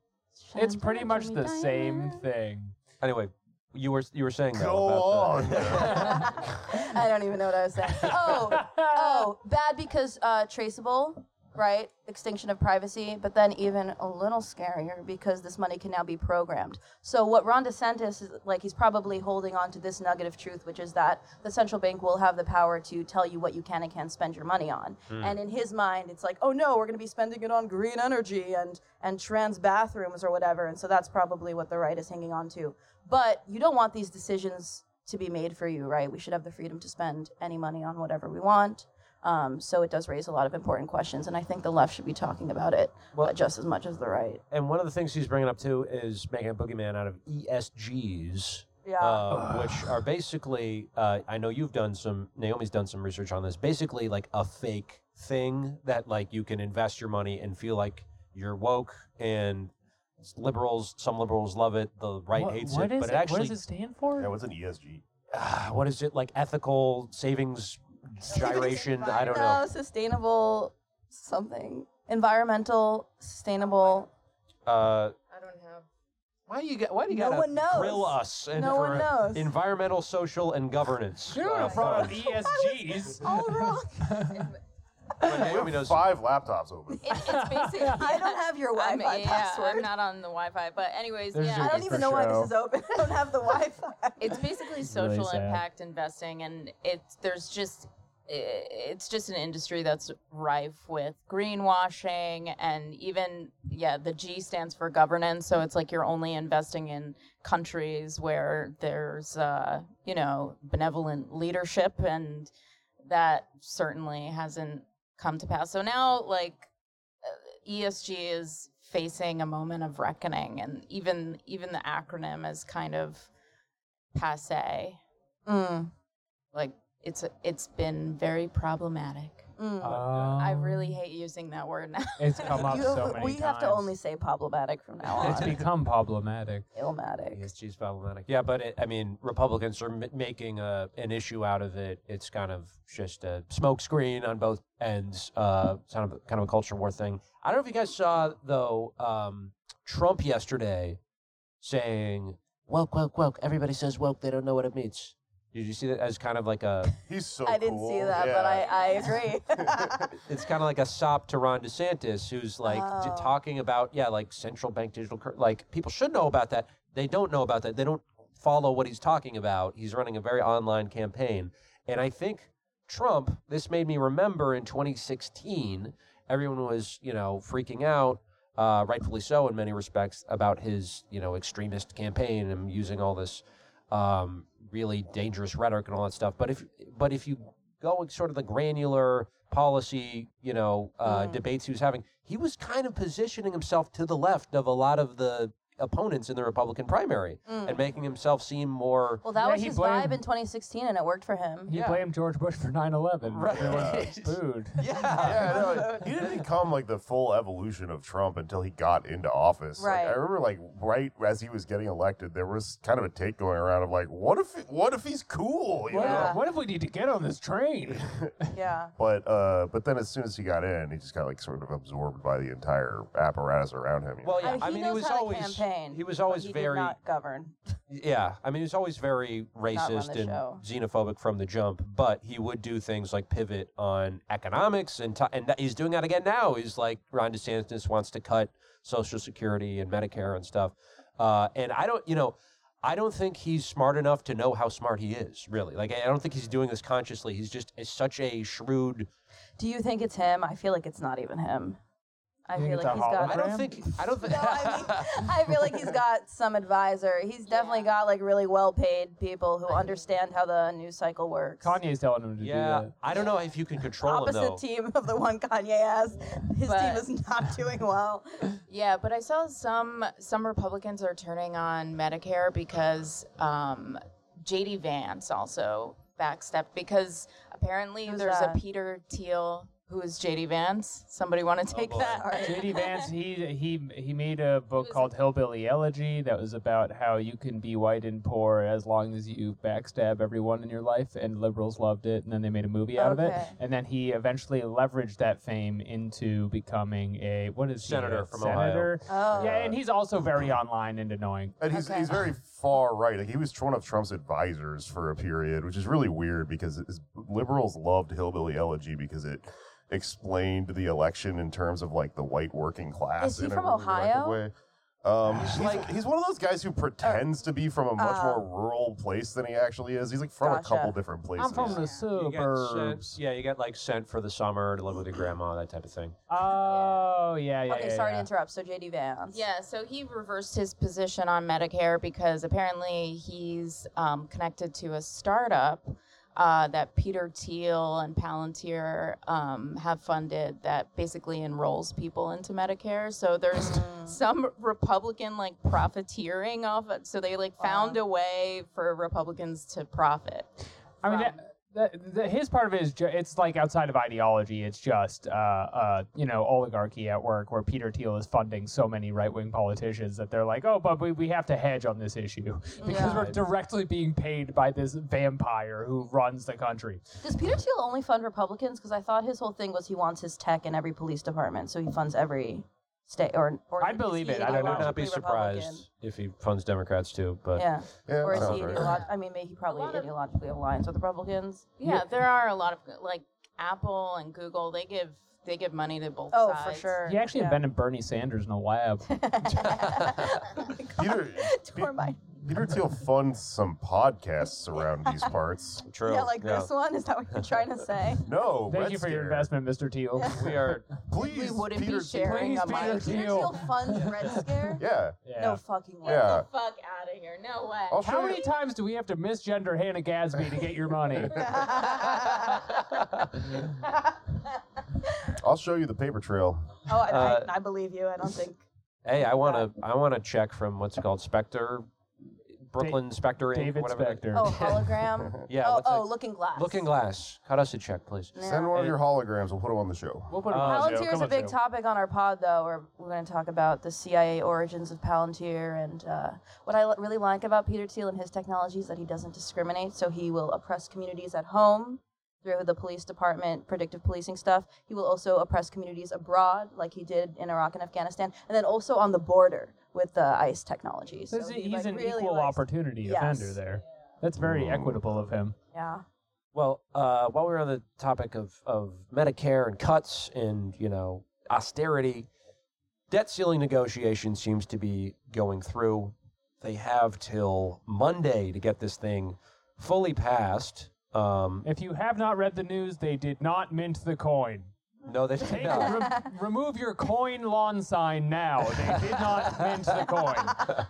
It's pretty much the same thing. Anyway, you were you were saying though, Go about on. the- I don't even know what I was saying. Oh, oh, bad because uh, traceable, right? Extinction of privacy, but then even a little scarier because this money can now be programmed. So what Ron DeSantis is like, he's probably holding on to this nugget of truth, which is that the central bank will have the power to tell you what you can and can't spend your money on. And in his mind, it's like, oh no, we're going to be spending it on green energy and and trans bathrooms or whatever. And so that's probably what the right is hanging on to. But you don't want these decisions to be made for you, right? We should have the freedom to spend any money on whatever we want. Um, so it does raise a lot of important questions, and I think the left should be talking about it Well- uh, just as much as the right. And one of the things she's bringing up too is making a boogeyman out of E ESGs, Yeah. Oh. uh, which are basically. Uh, I know you've done some. Naomi's done some research on this. Basically, like a fake thing that like you can invest your money and feel like you're woke and liberals. Some liberals love it. The right What- hates what it. is But it actually, what does it stand for? Yeah, what's an ESG? Ah, what is it like? Ethical savings gyration. I don't know. No, Uh, sustainable something. Environmental, sustainable. Uh, I don't have. Why do you got? Why do you No gotta one knows. grill us? And No for one knows. Environmental, social, and governance. Should've Uh, brought up funds. ESGs. All wrong. But We have Naomi knows. five laptops open. It, it's basically. I don't have your I'm- Wi-Fi yeah, password. I'm not on the Wi-Fi, but anyways, There's I yeah, your- don't For even know why show. this is open. I don't have the Wi-Fi. it's basically really social sad. impact investing, and it's there's just i- it's just an industry that's rife with greenwashing and even yeah the g stands for governance so it's like you're only investing in countries where there's uh you know benevolent leadership and that certainly hasn't come to pass so now like uh, esg is facing a moment of reckoning and even even the acronym is kind of passe Mm, like it's it's been very problematic. Uh, mm. I Um, really hate using that word now. It's come up You- so many we times. have to only say problematic from now It's on. become problematic. Illmatic. ESG's problematic. Yeah, but it, I mean, Republicans are m- making a, an issue out of it. It's kind of just a smokescreen on both ends. Uh, it's kind of kind of a culture war thing. I don't know if you guys saw though. Um, Trump yesterday saying woke, woke, woke. Everybody says woke. They don't know what it means. Did you see that as kind of like a He's so I didn't cool. see that, but I, Yeah. I agree. it's kind of like a sop to Ron DeSantis, who's like d- Oh. talking about yeah, like central bank digital. Cur- like people should know about that. They don't know about that. They don't follow what he's talking about. He's running a very online campaign, and I think Trump. This made me remember in 2016, everyone was you know freaking out. Uh, rightfully so, in many respects, about his you know extremist campaign and using all this um, really dangerous rhetoric and all that stuff. But if but if you go with sort of the granular policy, you know, Mm. uh, debates he was having, he was kind of positioning himself to the left of a lot of the opponents in the Republican primary and making himself seem more. Mm. well, that Yeah, was he his blamed- vibe in 2016, and it worked for him. He Yeah. blamed George Bush for 9/11. Right. Everyone's booed. yeah. Yeah, no, like, he didn't become like the full evolution of Trump until he got into office. Like, Right. I remember, like right as he was getting elected, there was kind of a take going around of like, what if, what if he's cool? You What, know? Yeah. what if we need to get on this train? Yeah. But uh, but then as soon as he got in, he just got like sort of absorbed by the entire apparatus around him. you Well, I yeah. mean, Uh, he I mean, he, knows was how to always campaign, he was but always he did very not govern. Yeah, I mean, he was always very not run racist the and show. xenophobic from the jump, but he would do things like pivot on economics, and t- and that- he's doing that again now. He's like Ron DeSantis wants to cut Social Security and Medicare and stuff, uh, and I don't, you know, I don't think he's smart enough to know how smart he is. Really, like I I don't think he's doing this consciously. He's just is such a shrewd. Do you think it's him? I feel like it's not even him. I You think feel it's a like he's got. I hologram? don't think. I don't think. No, I mean, I feel like he's got some advisor. He's definitely Yeah. got like really well-paid people who understand how the news cycle works. Kanye's telling him to yeah, do that. I don't know if you can control him though. Opposite team of the one Kanye has. His But- team is not doing well. Yeah, but I saw some some Republicans are turning on Medicare because um, JD Vance also backstepped because apparently Who's there's that? a Peter Thiel who is JD Vance. Somebody want to take boy. that? Sorry. JD Vance, he he he made a book was- called Hillbilly Elegy that was about how you can be white and poor as long as you backstab everyone in your life, and liberals loved it, and then they made a movie out of Okay. it, and then he eventually leveraged that fame into becoming a what is he, Senator a from senator? Oh. Yeah, and he's also very online and annoying. And he's, Okay. he's very far right. Like he was one of Trump's advisors for a period, which is really weird because his, liberals loved hillbilly elegy because it explained the election in terms of like the white working class. Is he in a from really effective Ohio? Way. Um, he's, like he's one of those guys who pretends to be from a much more Oh. rural place than he actually is. He's like from Gotcha. a couple different places. I'm from the You get sent- suburbs. yeah, you get like sent for the summer to live with your grandma, that type of thing. Oh, Oh yeah, yeah. okay, yeah, sorry yeah. to interrupt. So JD Vance. Yeah, so he reversed his position on Medicare because apparently he's um, connected to a startup uh, that Peter Thiel and Palantir um, have funded that basically enrolls people into Medicare. So there's some Republican like profiteering off it. So they like found a way for Republicans to profit. I mean, from- that, that, that, his part of it is ju- it's like outside of ideology. It's just uh, uh, you know oligarchy at work, where Peter Thiel is funding so many right wing politicians that they're like, oh, but we, we have to hedge on this issue because Yeah. we're directly being paid by this vampire who runs the country. Does Peter Thiel only fund Republicans? Because I thought his whole thing was he wants his tech in every police department, so he funds every state or. or I is believe he it. I don't know. would not be ideologically surprised Republican? if he funds Democrats too, but Yeah. Yeah, Or is sounds he right. ideolog- I mean, may he probably lot of- ideologically aligns with Republicans. Yeah, there are a lot of like Apple and Google. They give they give money to both Oh, sides. for sure. He actually yeah. invented Bernie Sanders in a lab. oh my God. Peter, Tore my- Peter Thiel funds some podcasts around these parts. true. Yeah, like this one. Is that what you're trying to say? No, Thank Red you for your Scare. investment, Mr. Teal. We are Please, We wouldn't Peter be sharing please, a Peter mic. Thiel. Peter Thiel funds Red Scare. Yeah, Yeah. No fucking way. yeah. fuck out of here. No way. I'll show How many you- times do we have to misgender Hannah Gadsby to get your money? Oh, I'll show you the paper trail. Oh, I, Uh, I, I believe you. I don't think. Hey, I want to I want to check from what's it called Spectre, Brooklyn Spectre, Inc., David whatever. that- Spector. Oh, hologram. Yeah. oh, what's oh, it- Looking Glass. Looking Glass. Cut us a check, please. Yeah. Send one of your holograms. We'll put it on the show. We'll put it Uh, on the show. Palantir is Come a on, big show. topic on our pod, though. Where we're going to talk about the CIA origins of Palantir, and uh, what I l- really like about Peter Thiel and his technology is that he doesn't discriminate. So he will oppress communities at home through the police department, predictive policing stuff. He will also oppress communities abroad, like he did in Iraq and Afghanistan, and then also on the border with the ICE technology. So So, he's, he, he's like, an really equal likes- opportunity Yes. offender there. That's very Mm. equitable of him. Yeah. Well, uh, while we're on the topic of, of Medicare and cuts and you know austerity, debt ceiling negotiation seems to be going through. They have till Monday to get this thing fully passed. Um, If you have not read the news, they did not mint the coin. no, they did Take, not. re- remove your coin lawn sign now. They did not mint the coin.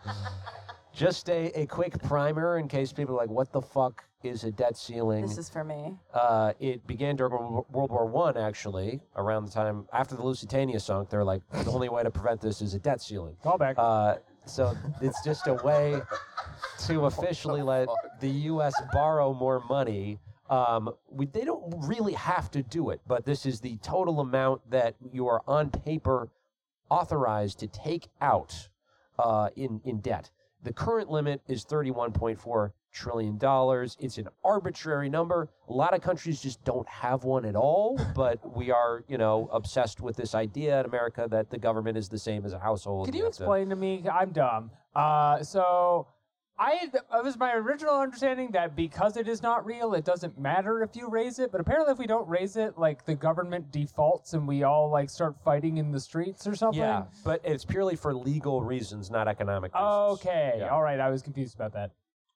Just a, a quick primer in case people are like, "What the fuck is a debt ceiling?" This is for me. uh, it began during Wo- World War One, actually, around the time after the Lusitania sunk. They're like, the only way to prevent this is a debt ceiling. Call back. Uh, so it's just a way to officially let the U.S. borrow more money. Um, we, they don't really have to do it, but this is the total amount that you are on paper authorized to take out uh, in in debt. The current limit is thirty-one point four trillion dollars. It's an arbitrary number. A lot of countries just don't have one at all. But we are, you know, obsessed with this idea in America that the government is the same as a household. Could and you have to- explain to me? I'm dumb. Uh, so I had- it was my original understanding that because it is not real, it doesn't matter if you raise it. But apparently, if we don't raise it, like the government defaults and we all like start fighting in the streets or something. Yeah, but it's purely for legal reasons, not economic reasons. Okay. Yeah. All right. I was confused about that.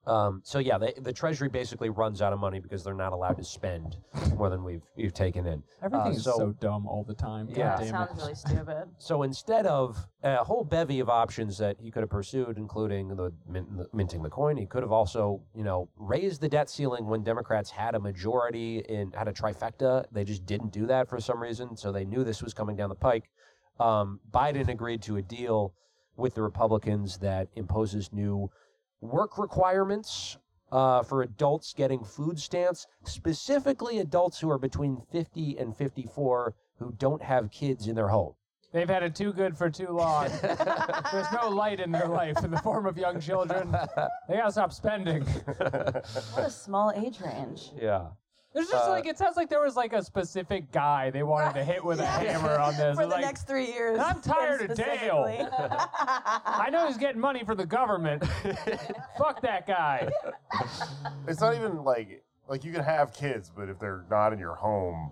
Um, so yeah, the, the Treasury basically runs out of money because they're not allowed to spend more than we've we've taken in. Uh, Everything is so- so dumb all the time. God Yeah. damn it. Sounds really stupid. So instead of a whole bevy of options that he could have pursued, including the min- the- minting the coin, he could have also, you know, raised the debt ceiling when Democrats had a majority and had a trifecta. They just didn't do that for some reason. So they knew this was coming down the pike. Um, Biden agreed to a deal with the Republicans that imposes new work requirements uh, for adults getting food stamps, specifically adults who are between 50 and 54 who don't have kids in their home. They've had it too good for too long. There's no light in their life in the form of young children. They gotta stop spending. What a small age range. Yeah. There's Uh, just like it sounds like there was like a specific guy they wanted to hit with a hammer on this. for the Like, next three years. I'm tired of Dale. specifically. I know he's getting money from the government. Fuck that guy. It's not even like like you can have kids, but if they're not in your home,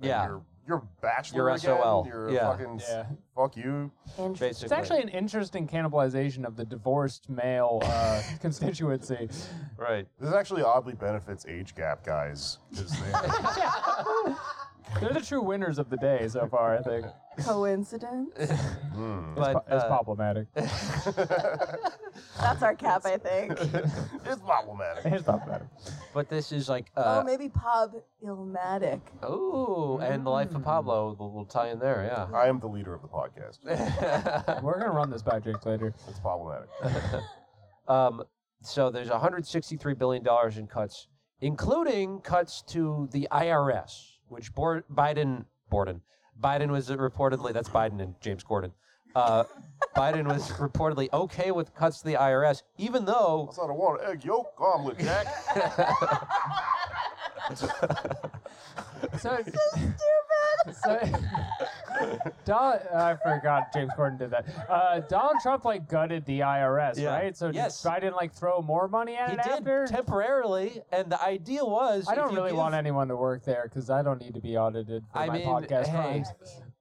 then Yeah. you're, you're bachelor. You're again, SOL. You're Yeah. fucking s- Yeah. fuck you. Interesting. Basically. It's actually an interesting cannibalization of the divorced male uh, constituency. right. This actually oddly benefits age gap guys. 'cause they- They're the true winners of the day so far, I think. Coincidence? But That's uh, problematic. That's our cap, I think. it's problematic. it's problematic. but this is like oh, uh, maybe Pub Ilmatic. oh, and the life Mm. of Pablo. We'll, we'll tie in there. Yeah. I am the leader of the podcast. We're gonna run this back, Jake, later. It's problematic. Um, so there's 163 billion dollars in cuts, including cuts to the IRS, which Bor- Biden, Borden, Biden was reportedly that's Biden and James Gordon. Uh, Biden was reportedly okay with cuts to the IRS, even though That's not a one egg yolk omelet, Jack. So So, Don, I forgot James Gordon did that. Uh, Donald Trump like gutted the IRS, Yeah. right? So Yes. does Biden like throw more money at he it did after? temporarily, and the idea was I if don't you really give- want anyone to work there because I don't need to be audited for I my mean, podcast hey, crimes.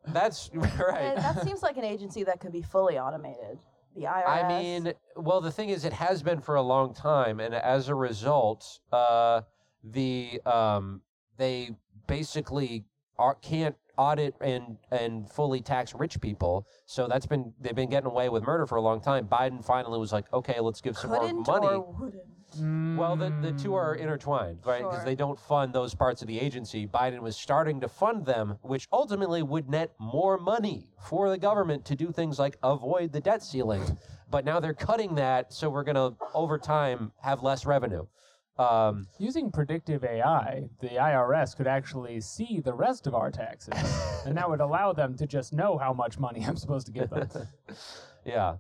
That's right. And that seems like an agency that could be fully automated. The IRS. I mean, well, the thing is, it has been for a long time, and as a result, uh, the um, they basically are, can't audit and and fully tax rich people. So that's been they've been getting away with murder for a long time. Biden finally was like, okay, let's give some couldn't more money. or wouldn't. Well, the, the two are intertwined, right? Because Sure. they don't fund those parts of the agency. Biden was starting to fund them, which ultimately would net more money for the government to do things like avoid the debt ceiling. But now they're cutting that, so we're going to, over time, have less revenue. Um, Using predictive AI, the IRS could actually see the rest of our taxes, and that would allow them to just know how much money I'm supposed to give them. Um, yeah.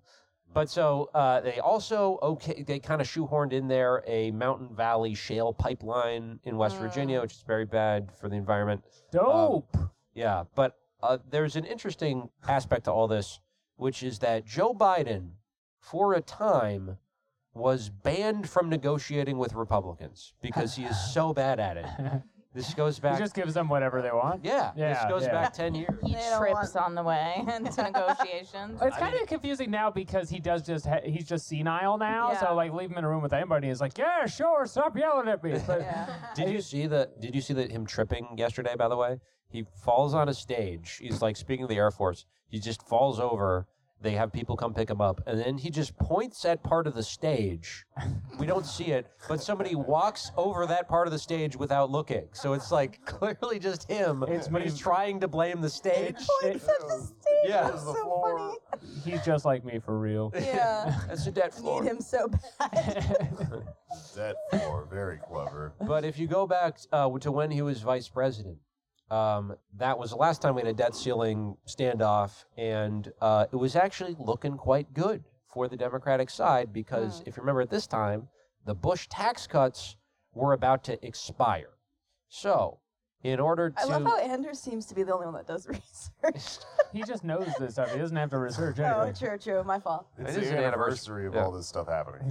But so uh, they also okay they kind of shoehorned in there a Mountain Valley shale pipeline in West Virginia, which is very bad for the environment. Dope. Yeah, but uh, there's an interesting aspect to all this, which is that Joe Biden, for a time, was banned from negotiating with Republicans because he is so bad at it. This goes he back. just gives them whatever they want. yeah, this Yeah, goes yeah. back ten years. He They don't trips on the way into negotiations. It's kind of confusing now because he does just ha- he's just senile now. Yeah. So like leave him in a room with anybody, he's like, yeah, sure, stop yelling at me. But Did you see that? Did you see that him tripping yesterday? By the way, he falls on a stage. He's like speaking to the Air Force. He just falls over. They have people come pick him up, and then he just points at part of the stage. We don't see it, but somebody walks over that part of the stage without looking. So it's like clearly just him. It's but he's me. trying to blame the stage. it- Yeah, There's the floor. he's just like me for real. Yeah. that's a debt floor. Need him so bad. That floor, very clever. But if you go back uh, to when he was vice president, um, that was the last time we had a debt ceiling standoff, and uh, it was actually looking quite good for the Democratic side Hmm. because if you remember at this time, the Bush tax cuts were about to expire. So, in order to I love how Anders seems to be the only one that does research. He just knows this stuff. He doesn't have to research oh, anything. true, true. My fault. It's is the anniversary an anniversary. of Yeah. all this stuff happening.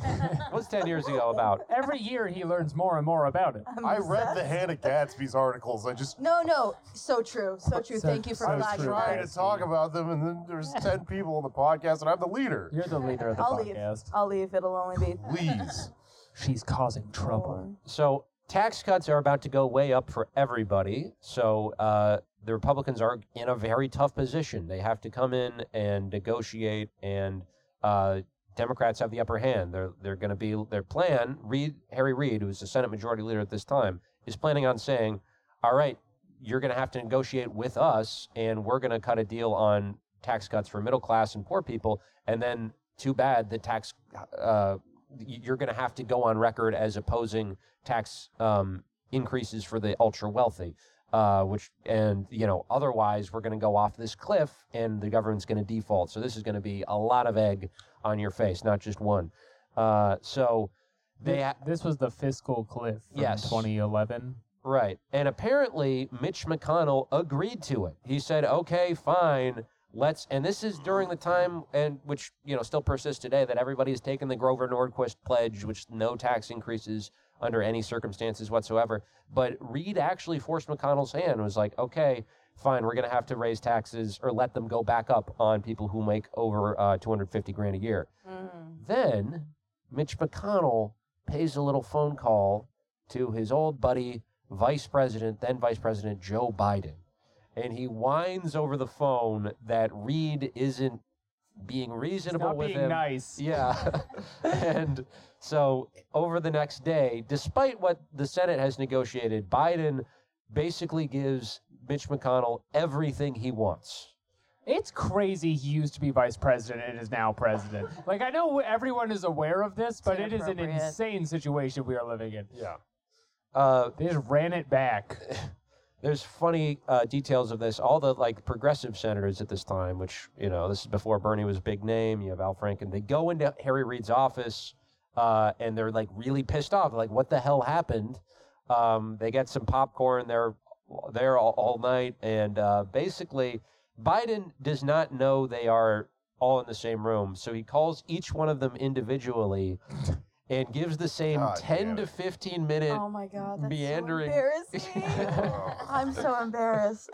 what's ten years ago about? Every year he learns more and more about it. Um, I read the Hannah Gatsby's articles. I just No, no. So true. So true. So- Thank you for so flagging true. that. trying to talk about them, and then there's ten people on the podcast, and I'm the leader. You're the leader of the I'll leave. podcast. I'll leave. It'll only be. Please. She's causing trouble. So tax cuts are about to go way up for everybody. So uh, the Republicans are in a very tough position. They have to come in and negotiate, and uh, Democrats have the upper hand. They're they're going to be their plan. Reed Harry Reid, who's the Senate Majority Leader at this time, is planning on saying, "All right, you're going to have to negotiate with us, and we're going to cut a deal on tax cuts for middle class and poor people." And then, too bad, the tax. Uh, y- you're going to have to go on record as opposing tax um, increases for the ultra wealthy. Uh, which and you know otherwise we're going to go off this cliff and the government's going to default. So this is going to be a lot of egg on your face, not just one. Uh, so they ha- Thi- this was the fiscal cliff from Yes. 2011. Right. And apparently Mitch McConnell agreed to it. He said, "Okay, fine. Let's." And this is during the time and which, you know, still persists today that everybody has taken the Grover Nordquist pledge, which no tax increases under any circumstances whatsoever. But Reed actually forced McConnell's hand and was like, "Okay, fine. We're going to have to raise taxes or let them go back up on people who make over uh, 250 grand a year." Then Mitch McConnell pays a little phone call to his old buddy, Vice President, then Vice President Joe Biden. and he whines over the phone that Reed isn't being reasonable Not with being him. nice. Yeah. and so over the next day, despite what the Senate has negotiated, Biden basically gives Mitch McConnell everything he wants. It's crazy he used to be vice president and is now president. like, I know everyone is aware of this, but it is an inappropriate. insane situation we are living in. Yeah. Uh, They just ran it back. there's funny uh, details of this. All the like progressive senators at this time, which you know, this is before Bernie was a big name. You have Al Franken. They go into Harry Reid's office, uh, and they're like really pissed off. Like, what the hell happened? Um, they get some popcorn. They're there all, all night, and uh, basically, Biden does not know they are all in the same room, so he calls each one of them individually. And gives the same God ten damn to it. fifteen minute Oh my god, that's meandering- so embarrassing. I'm so embarrassed.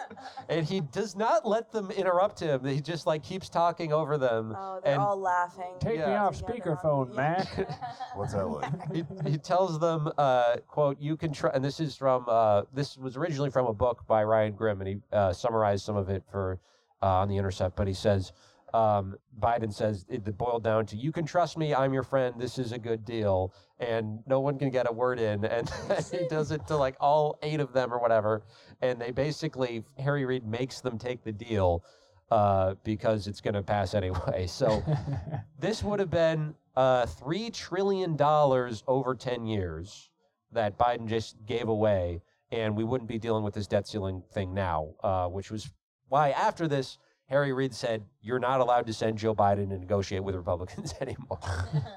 and he does not let them interrupt him. He just like keeps talking over them. Oh, they're And- all laughing. Take me Yeah. off speakerphone, Mac. What's that like? He, he tells them, uh, "quote You can try." And this is from uh, this was originally from a book by Ryan Grimm, and he uh, summarized some of it for uh, on the Intercept. But he says, um, Biden says it, it boiled down to, "You can trust me. I'm your friend. This is a good deal." And no one can get a word in, and he does it to like all eight of them or whatever, and they basically Harry Reid makes them take the deal. Uh, because it's going to pass anyway. So this would have been uh, three trillion dollars over ten years that Biden just gave away, and we wouldn't be dealing with this debt ceiling thing now, uh, which was why after this. Harry Reid said, "You're not allowed to send Joe Biden to negotiate with Republicans anymore,"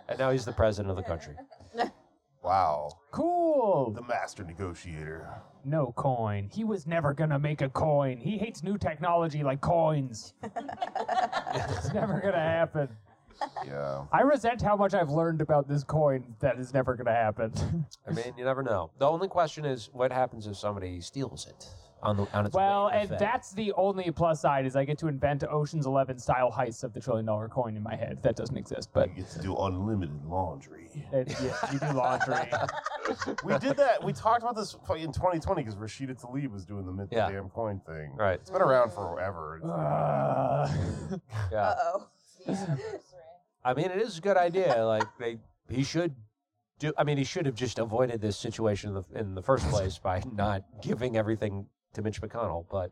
and now he's the president of the country. Wow. cool. The master negotiator. No coin. He was never gonna make a coin. He hates new technology like coins. it's never gonna happen. Yeah. I resent how much I've learned about this coin that is never gonna happen. I mean, you never know. The only question is, what happens if somebody steals it on the on its way well, to the and Fed? that's the only plus side is I get to invent Ocean's Eleven style heists of the trillion dollar coin in my head. That doesn't exist, but You get to do unlimited laundry. it, yeah, you do laundry. we did that. We talked about this fu- in 2020 because Rashida Tlaib was doing the mint Yeah. the damn coin thing. right. It's been around forever. Ugh. Yeah. Uh oh. I mean, it is a good idea. Like they, he should do. I mean, he should have just avoided this situation in the, in the first place by not giving everything to Mitch McConnell. But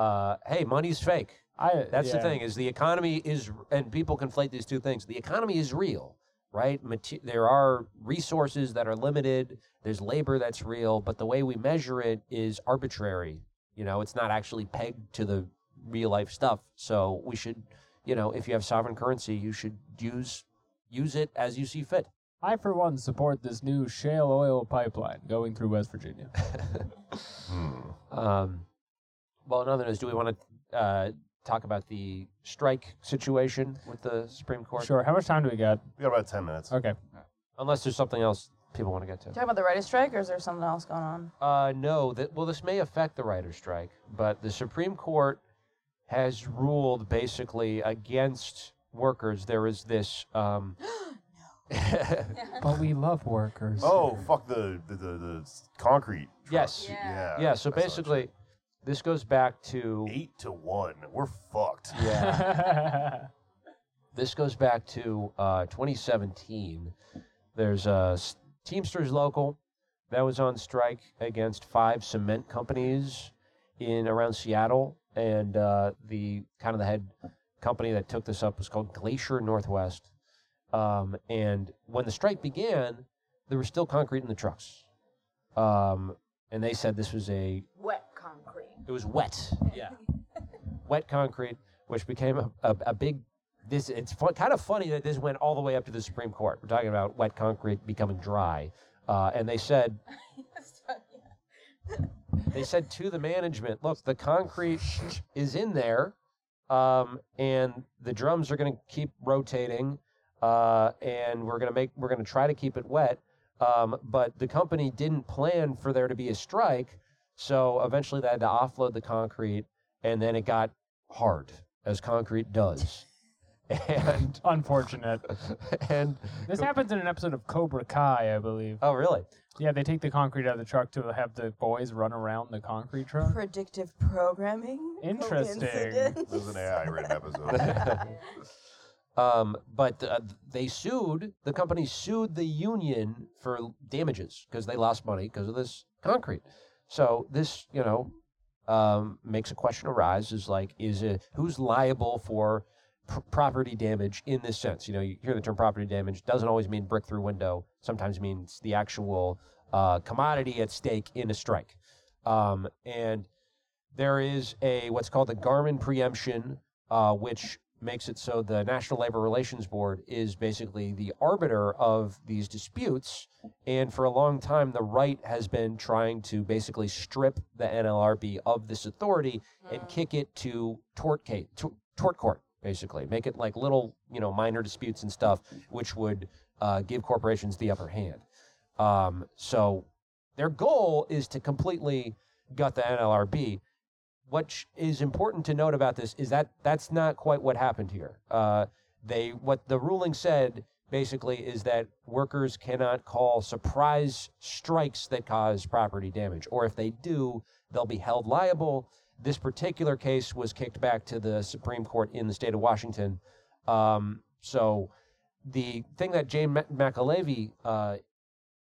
uh, hey, money's fake. I, That's the yeah. thing is the economy is, and people conflate these two things. The economy is real, right? Mate- there are resources that are limited. There's labor that's real, but the way we measure it is arbitrary. You know, it's not actually pegged to the real life stuff. So we should, you know, if you have sovereign currency, you should use use it as you see fit. I for one support this new shale oil pipeline going through West Virginia. Um, well, in other news, do we want to uh, talk about the strike situation with the Supreme Court? Sure. How much time do we got? We got about 10 minutes. Okay. Unless there's something else people want to get to. Talking about the writer's strike, or is there something else going on? Uh, no, that well, this may affect the writer's strike, but the Supreme Court has ruled basically against workers. There is this. Um, But we love workers. Oh, fuck the the, the, the s- concrete. truck. Yes. Yeah. I yeah, so saw that basically, this goes back to shit. eight to one. We're fucked. yeah. this goes back to uh, 2017. There's a s- Teamsters local that was on strike against five cement companies in around Seattle, and uh, the kind of the head company that took this up was called Glacier Northwest. Um, and when the strike began, there was still concrete in the trucks, um, and they said this was a Wet concrete. it was wet. Yeah. wet concrete, which became a, a, a big. This it's fun, kind of funny that this went all the way up to the Supreme Court. We're talking about wet concrete becoming dry, uh, and they said they said to the management, "Look, the concrete is in there, um, and the drums are going to keep rotating, uh, and we're going to make we're going to try to keep it wet." Um, but the company didn't plan for there to be a strike, so eventually they had to offload the concrete, and then it got hard as concrete does, and Unfortunate. and This happens in an episode of Cobra Kai, I believe. oh really? Yeah, they take the concrete out of the truck to have the boys run around the concrete truck. Predictive programming. Interesting. Coincidence. There's an AI written episode. Um, but uh, th- they sued the company sued the union for l- damages because they lost money because of this concrete. So this, you know, um, makes a question arise: is like, is it who's liable for pr- property damage in this sense? You know, you hear the term property damage doesn't always mean brick through window. Sometimes means the actual uh, commodity at stake in a strike. Um, and there is a what's called the Garmin preemption, uh, which makes it so the National Labor Relations Board is basically the arbiter of these disputes. And for a long time, the right has been trying to basically strip the NLRB of this authority and kick it to tort case, to, tort court, basically, make it like little, you know, minor disputes and stuff, which would uh, give corporations the upper hand. Um, so their goal is to completely gut the NLRB what sh- is important to note about this is that that's not quite what happened here. Uh, they what the ruling said basically is that workers cannot call surprise strikes that cause property damage, or if they do, they'll be held liable. This particular case was kicked back to the Supreme Court in the state of Washington. Um, so the thing that Jane Mac- McAlevey uh,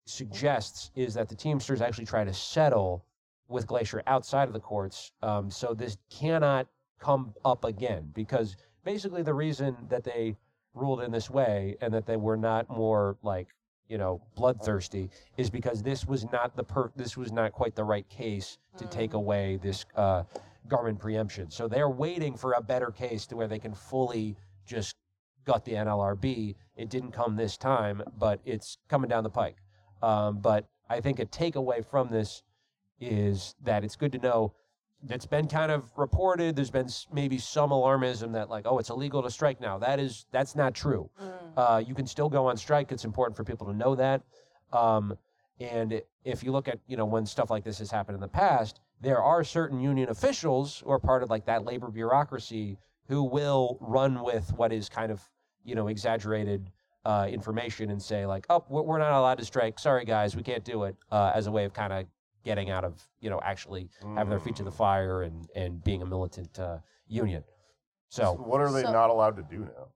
suggests is that the Teamsters actually try to settle with Glacier outside of the courts. Um, so this cannot come up again because basically the reason that they ruled in this way and that they were not more like you know bloodthirsty is because this was not the per this was not quite the right case to take away this uh, Garmin preemption. So they're waiting for a better case to where they can fully just gut the NLRB. It didn't come this time, but it's coming down the pike. Um, but I think a takeaway from this is that it's good to know that's been kind of reported there's been s- maybe some alarmism that like oh it's illegal to strike now that is that's not true uh, you can still go on strike it's important for people to know that um, and i- if you look at you know when stuff like this has happened in the past there are certain union officials or part of like that labor bureaucracy who will run with what is kind of you know exaggerated uh, information and say like oh we're we're not allowed to strike sorry guys we can't do it uh, as a way of kind of getting out of you know actually having their feet to the fire and and being a militant uh, union. So So what are they So- not allowed to do now?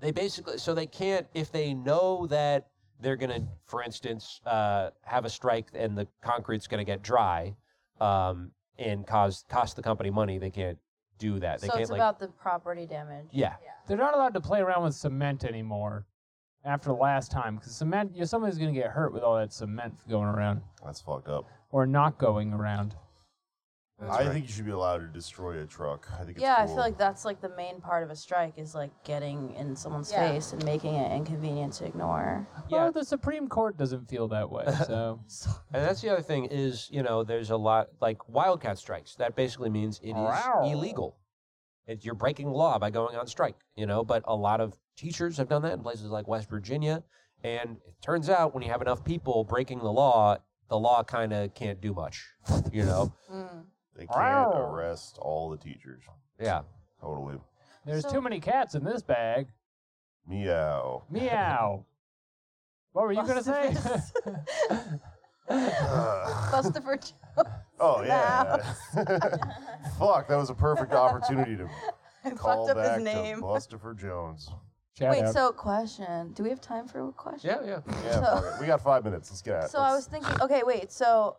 they basically so they can't if they know that they're gonna for instance uh, have a strike and the concrete's gonna get dry um, and cause cost the company money. They can't do that. They So can't it's like about the property damage. yeah. They're not allowed to play around with cement anymore after last time because cement, you know, somebody's going to get hurt with all that cement going around That's fucked up. or not going around. I think you should be allowed to destroy a truck. I think it's Yeah, I cool. feel like that's like the main part of a strike is like getting in someone's Yeah. face and making it inconvenient to ignore. Yeah. Well, the Supreme Court doesn't feel that way. So And that's the other thing is, you know, there's a lot like wildcat strikes. That basically means it is illegal. It, you're breaking the law by going on strike, you know. But a lot of teachers have done that in places like West Virginia. And it turns out when you have enough people breaking the law, the law kind of can't do much, you know. they can't arrest all the teachers. yeah. Totally. there's So- too many cats in this bag. Meow. Meow. What were you going to say? Buster for Jones. Oh yeah. Fuck, that was a perfect opportunity to I call fucked up back his name. to Bustafer Jones. Shout Wait, out. so question. Do we have time for a question? Yeah, yeah. Yeah, fuck it. we got five minutes. Let's get at it. So I was Let's- thinking, okay, wait, so,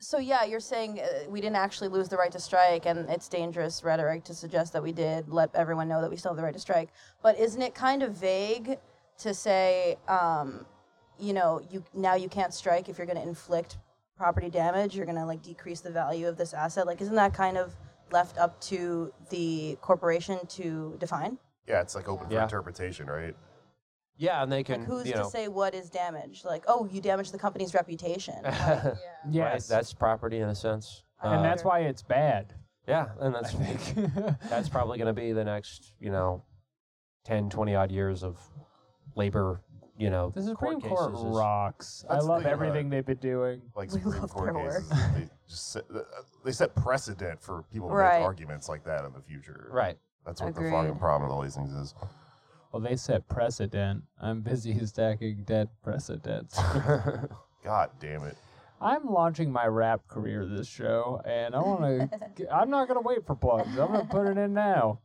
so yeah, you're saying uh, we didn't actually lose the right to strike, and it's dangerous rhetoric to suggest that we did. Let everyone know that we still have the right to strike, but isn't it kind of vague to say, um, you know, you now you can't strike if you're going to inflict property damage. You're going to like decrease the value of this asset. Like, isn't that kind of left up to the corporation to define? yeah, it's like open Yeah. for interpretation, right? Yeah, and they can, Like, who's Mm, you to know, say what is damage? Like, oh, you damaged the company's reputation. right, yes. that's property in a sense. Uh, uh, and that's why it's bad. Yeah, and that's that's probably going to be the next, you know, 10, 20 odd years of labor, you know, the Supreme court Court, cases. is- rocks. I That's love the, uh, everything they've been doing. Like We Supreme love Court their cases, they just set, they set precedent for people to Right. make arguments like that in the future. Right. That's what the Agreed. fucking problem with all these things is. Well, they set precedent. I'm busy stacking dead precedents. God damn it. I'm launching my rap career this show, and I want to. I'm not going to wait for plugs. I'm going to put it in now.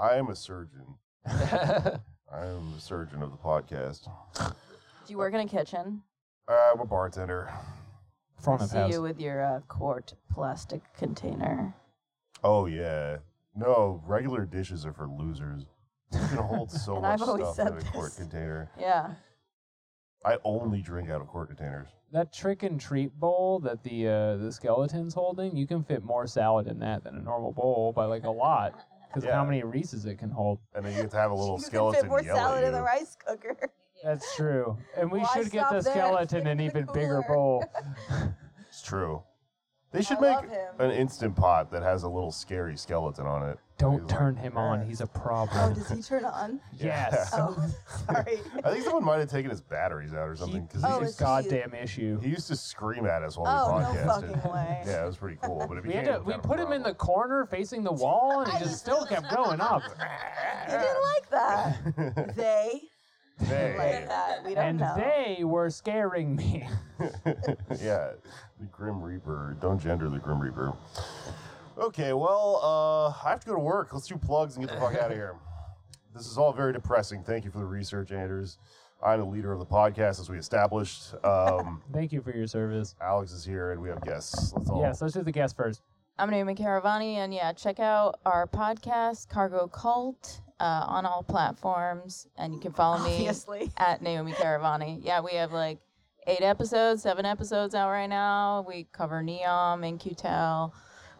I am a surgeon. I am the surgeon of the podcast. Uh, Do you work in a kitchen? I'm a bartender. Front I of see house. you with your uh, quart plastic container. Oh yeah. No, regular dishes are for losers. You can hold so And much I've always stuff said in a quart this. container. Yeah. I only drink out of quart containers. That trick and treat bowl that the uh, the skeleton's holding, you can fit more salad in that than a normal bowl by like a lot, because Yeah. how many Reese's it can hold. And then you get to have a little you skeleton can fit more yell at salad in the you. rice cooker. That's true. And we Why should get stop the there? skeleton an The even bigger cooler. bowl. It's true. They should love make him. an instant pot that has a little scary skeleton on it. He's Don't like, turn him on. "Eh." He's a Oh, problem. does he turn on? Yes. Oh, sorry. I think someone might have taken his batteries out or something because Oh, he, it's it's a used- goddamn issue. he used to scream at us Oh, while we no podcasted. fucking way. Yeah, it was pretty cool. But it We had became to, we kind of a put him in the problem. corner facing the wall, and he just still kept going up. You didn't like that. They didn't They. like that. We don't And know. they were scaring me. yeah, the Grim Reaper. Don't gender the Grim Reaper. Okay, well, uh, I have to go to work. Let's do plugs and get the fuck out of here. This is all very depressing. Thank you for the research, Anders. I'm the leader of the podcast, as we established. Um, Thank you for your service. Alex is here, and we have guests. Let's all. Yes, let's do the guest first. I'm Naomi Caravani, and yeah, check out our podcast, Cargo Cult, uh, on all platforms. And you can follow me Obviously. at Naomi Caravani. Yeah, we have like eight episodes, seven episodes out right now. We cover Neom and Qtel.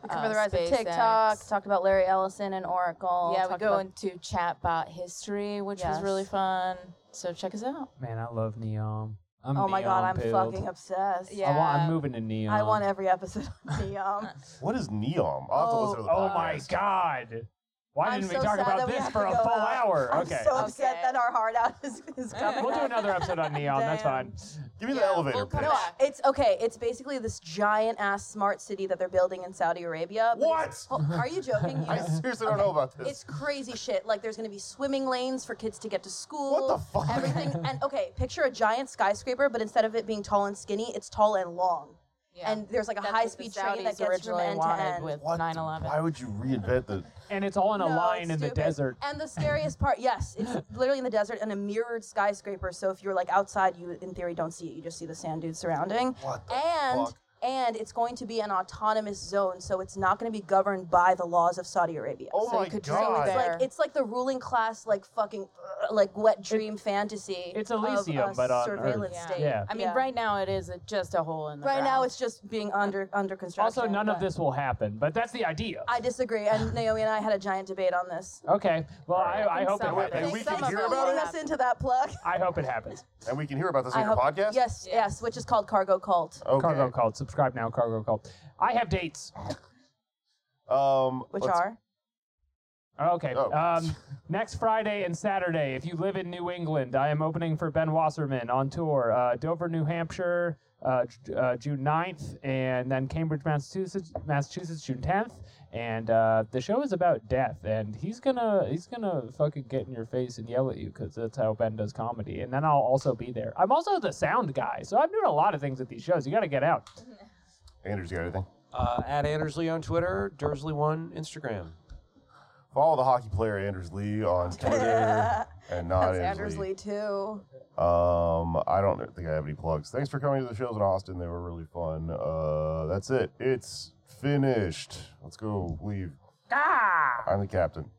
We cover uh, the rise of SpaceX. TikTok. Talked about Larry Ellison and Oracle. Yeah, we talked go about- into chatbot history, which was Yes. really fun. So check us out. Man, I love Neon. I'm Oh my god, Neon I'm pilled. fucking obsessed. Yeah. I want, I'm moving to Neon. I want every episode um, of Neon. What is Neom? I'll have to Oh, listen to the Oh my podcast. god. Why I'm didn't so we talk sad about that we this have for to a go full out. hour? I'm okay. so upset Okay. that our heart out is, is coming. We'll do out. another episode on Neon. That's fine. Damn. oh, Give me the Yeah, elevator we'll pitch. come back. It's okay. It's basically this giant ass smart city that they're building in Saudi Arabia. but it's- What? Oh, are you joking? You I know- seriously don't know about this. It's crazy shit. Like there's gonna be swimming lanes for kids to get to school. What the fuck? Everything. And okay, picture a giant skyscraper, but instead of it being tall and skinny, it's tall and long. Yeah. And there's like a That's high what the speed train that Saudis gets from originally end to wanted end. with What the- 9/11. Why would you reinvent the? And it's all in a No, line it's in the stupid. desert. And the scariest part, yes, it's literally in the desert and a mirrored skyscraper. So if you're like outside, you in theory don't see it. You just see the sand dunes surrounding. What the and fuck? and it's going to be an autonomous zone, so it's not going to be governed by the laws of Saudi Arabia. Oh So you my could god! drill it It's there. like it's like the ruling class, like fucking, uh, like wet dream fantasy. it's of Elysium, a but on surveillance Earth. state. Yeah. I mean, right now it is a, just a hole in the right ground. now it's just being under under construction. Also, none of but- this will happen, but that's the idea. I disagree, and Naomi and I had a giant debate on this. okay. Well, I, I think hope it some of And happens. we Thanks can so much hear for about leading it? us into that plug. I hope it happens. And we can hear about this on I your hope- podcast. Yes, yes, which is called Cargo Cult, Okay. Cargo cult. Subscribe now. Cargo cult. I have dates. Um, which let's- are Okay. Oh. Um, next Friday and Saturday, if you live in New England, I am opening for Ben Wasserman on tour, uh, Dover, New Hampshire, uh, J- uh, June 9th, and then Cambridge, Massachusetts, Massachusetts, June 10th. And uh, the show is about death, and he's gonna he's gonna fucking get in your face and yell at you because that's how Ben does comedy. And then I'll also be there. I'm also the sound guy, so I'm doing a lot of things at these shows. You got to get out. Anders, you got anything? uh, at Andersley on Twitter, Dursley One Instagram. Follow the hockey player Anders Lee on Twitter and not that's Anders Lee too. Um, I don't think I have any plugs. Thanks for coming to the shows in Austin. They were really fun. Uh, Ah. that's it. It's finished. Let's go. Leave. I'm the captain.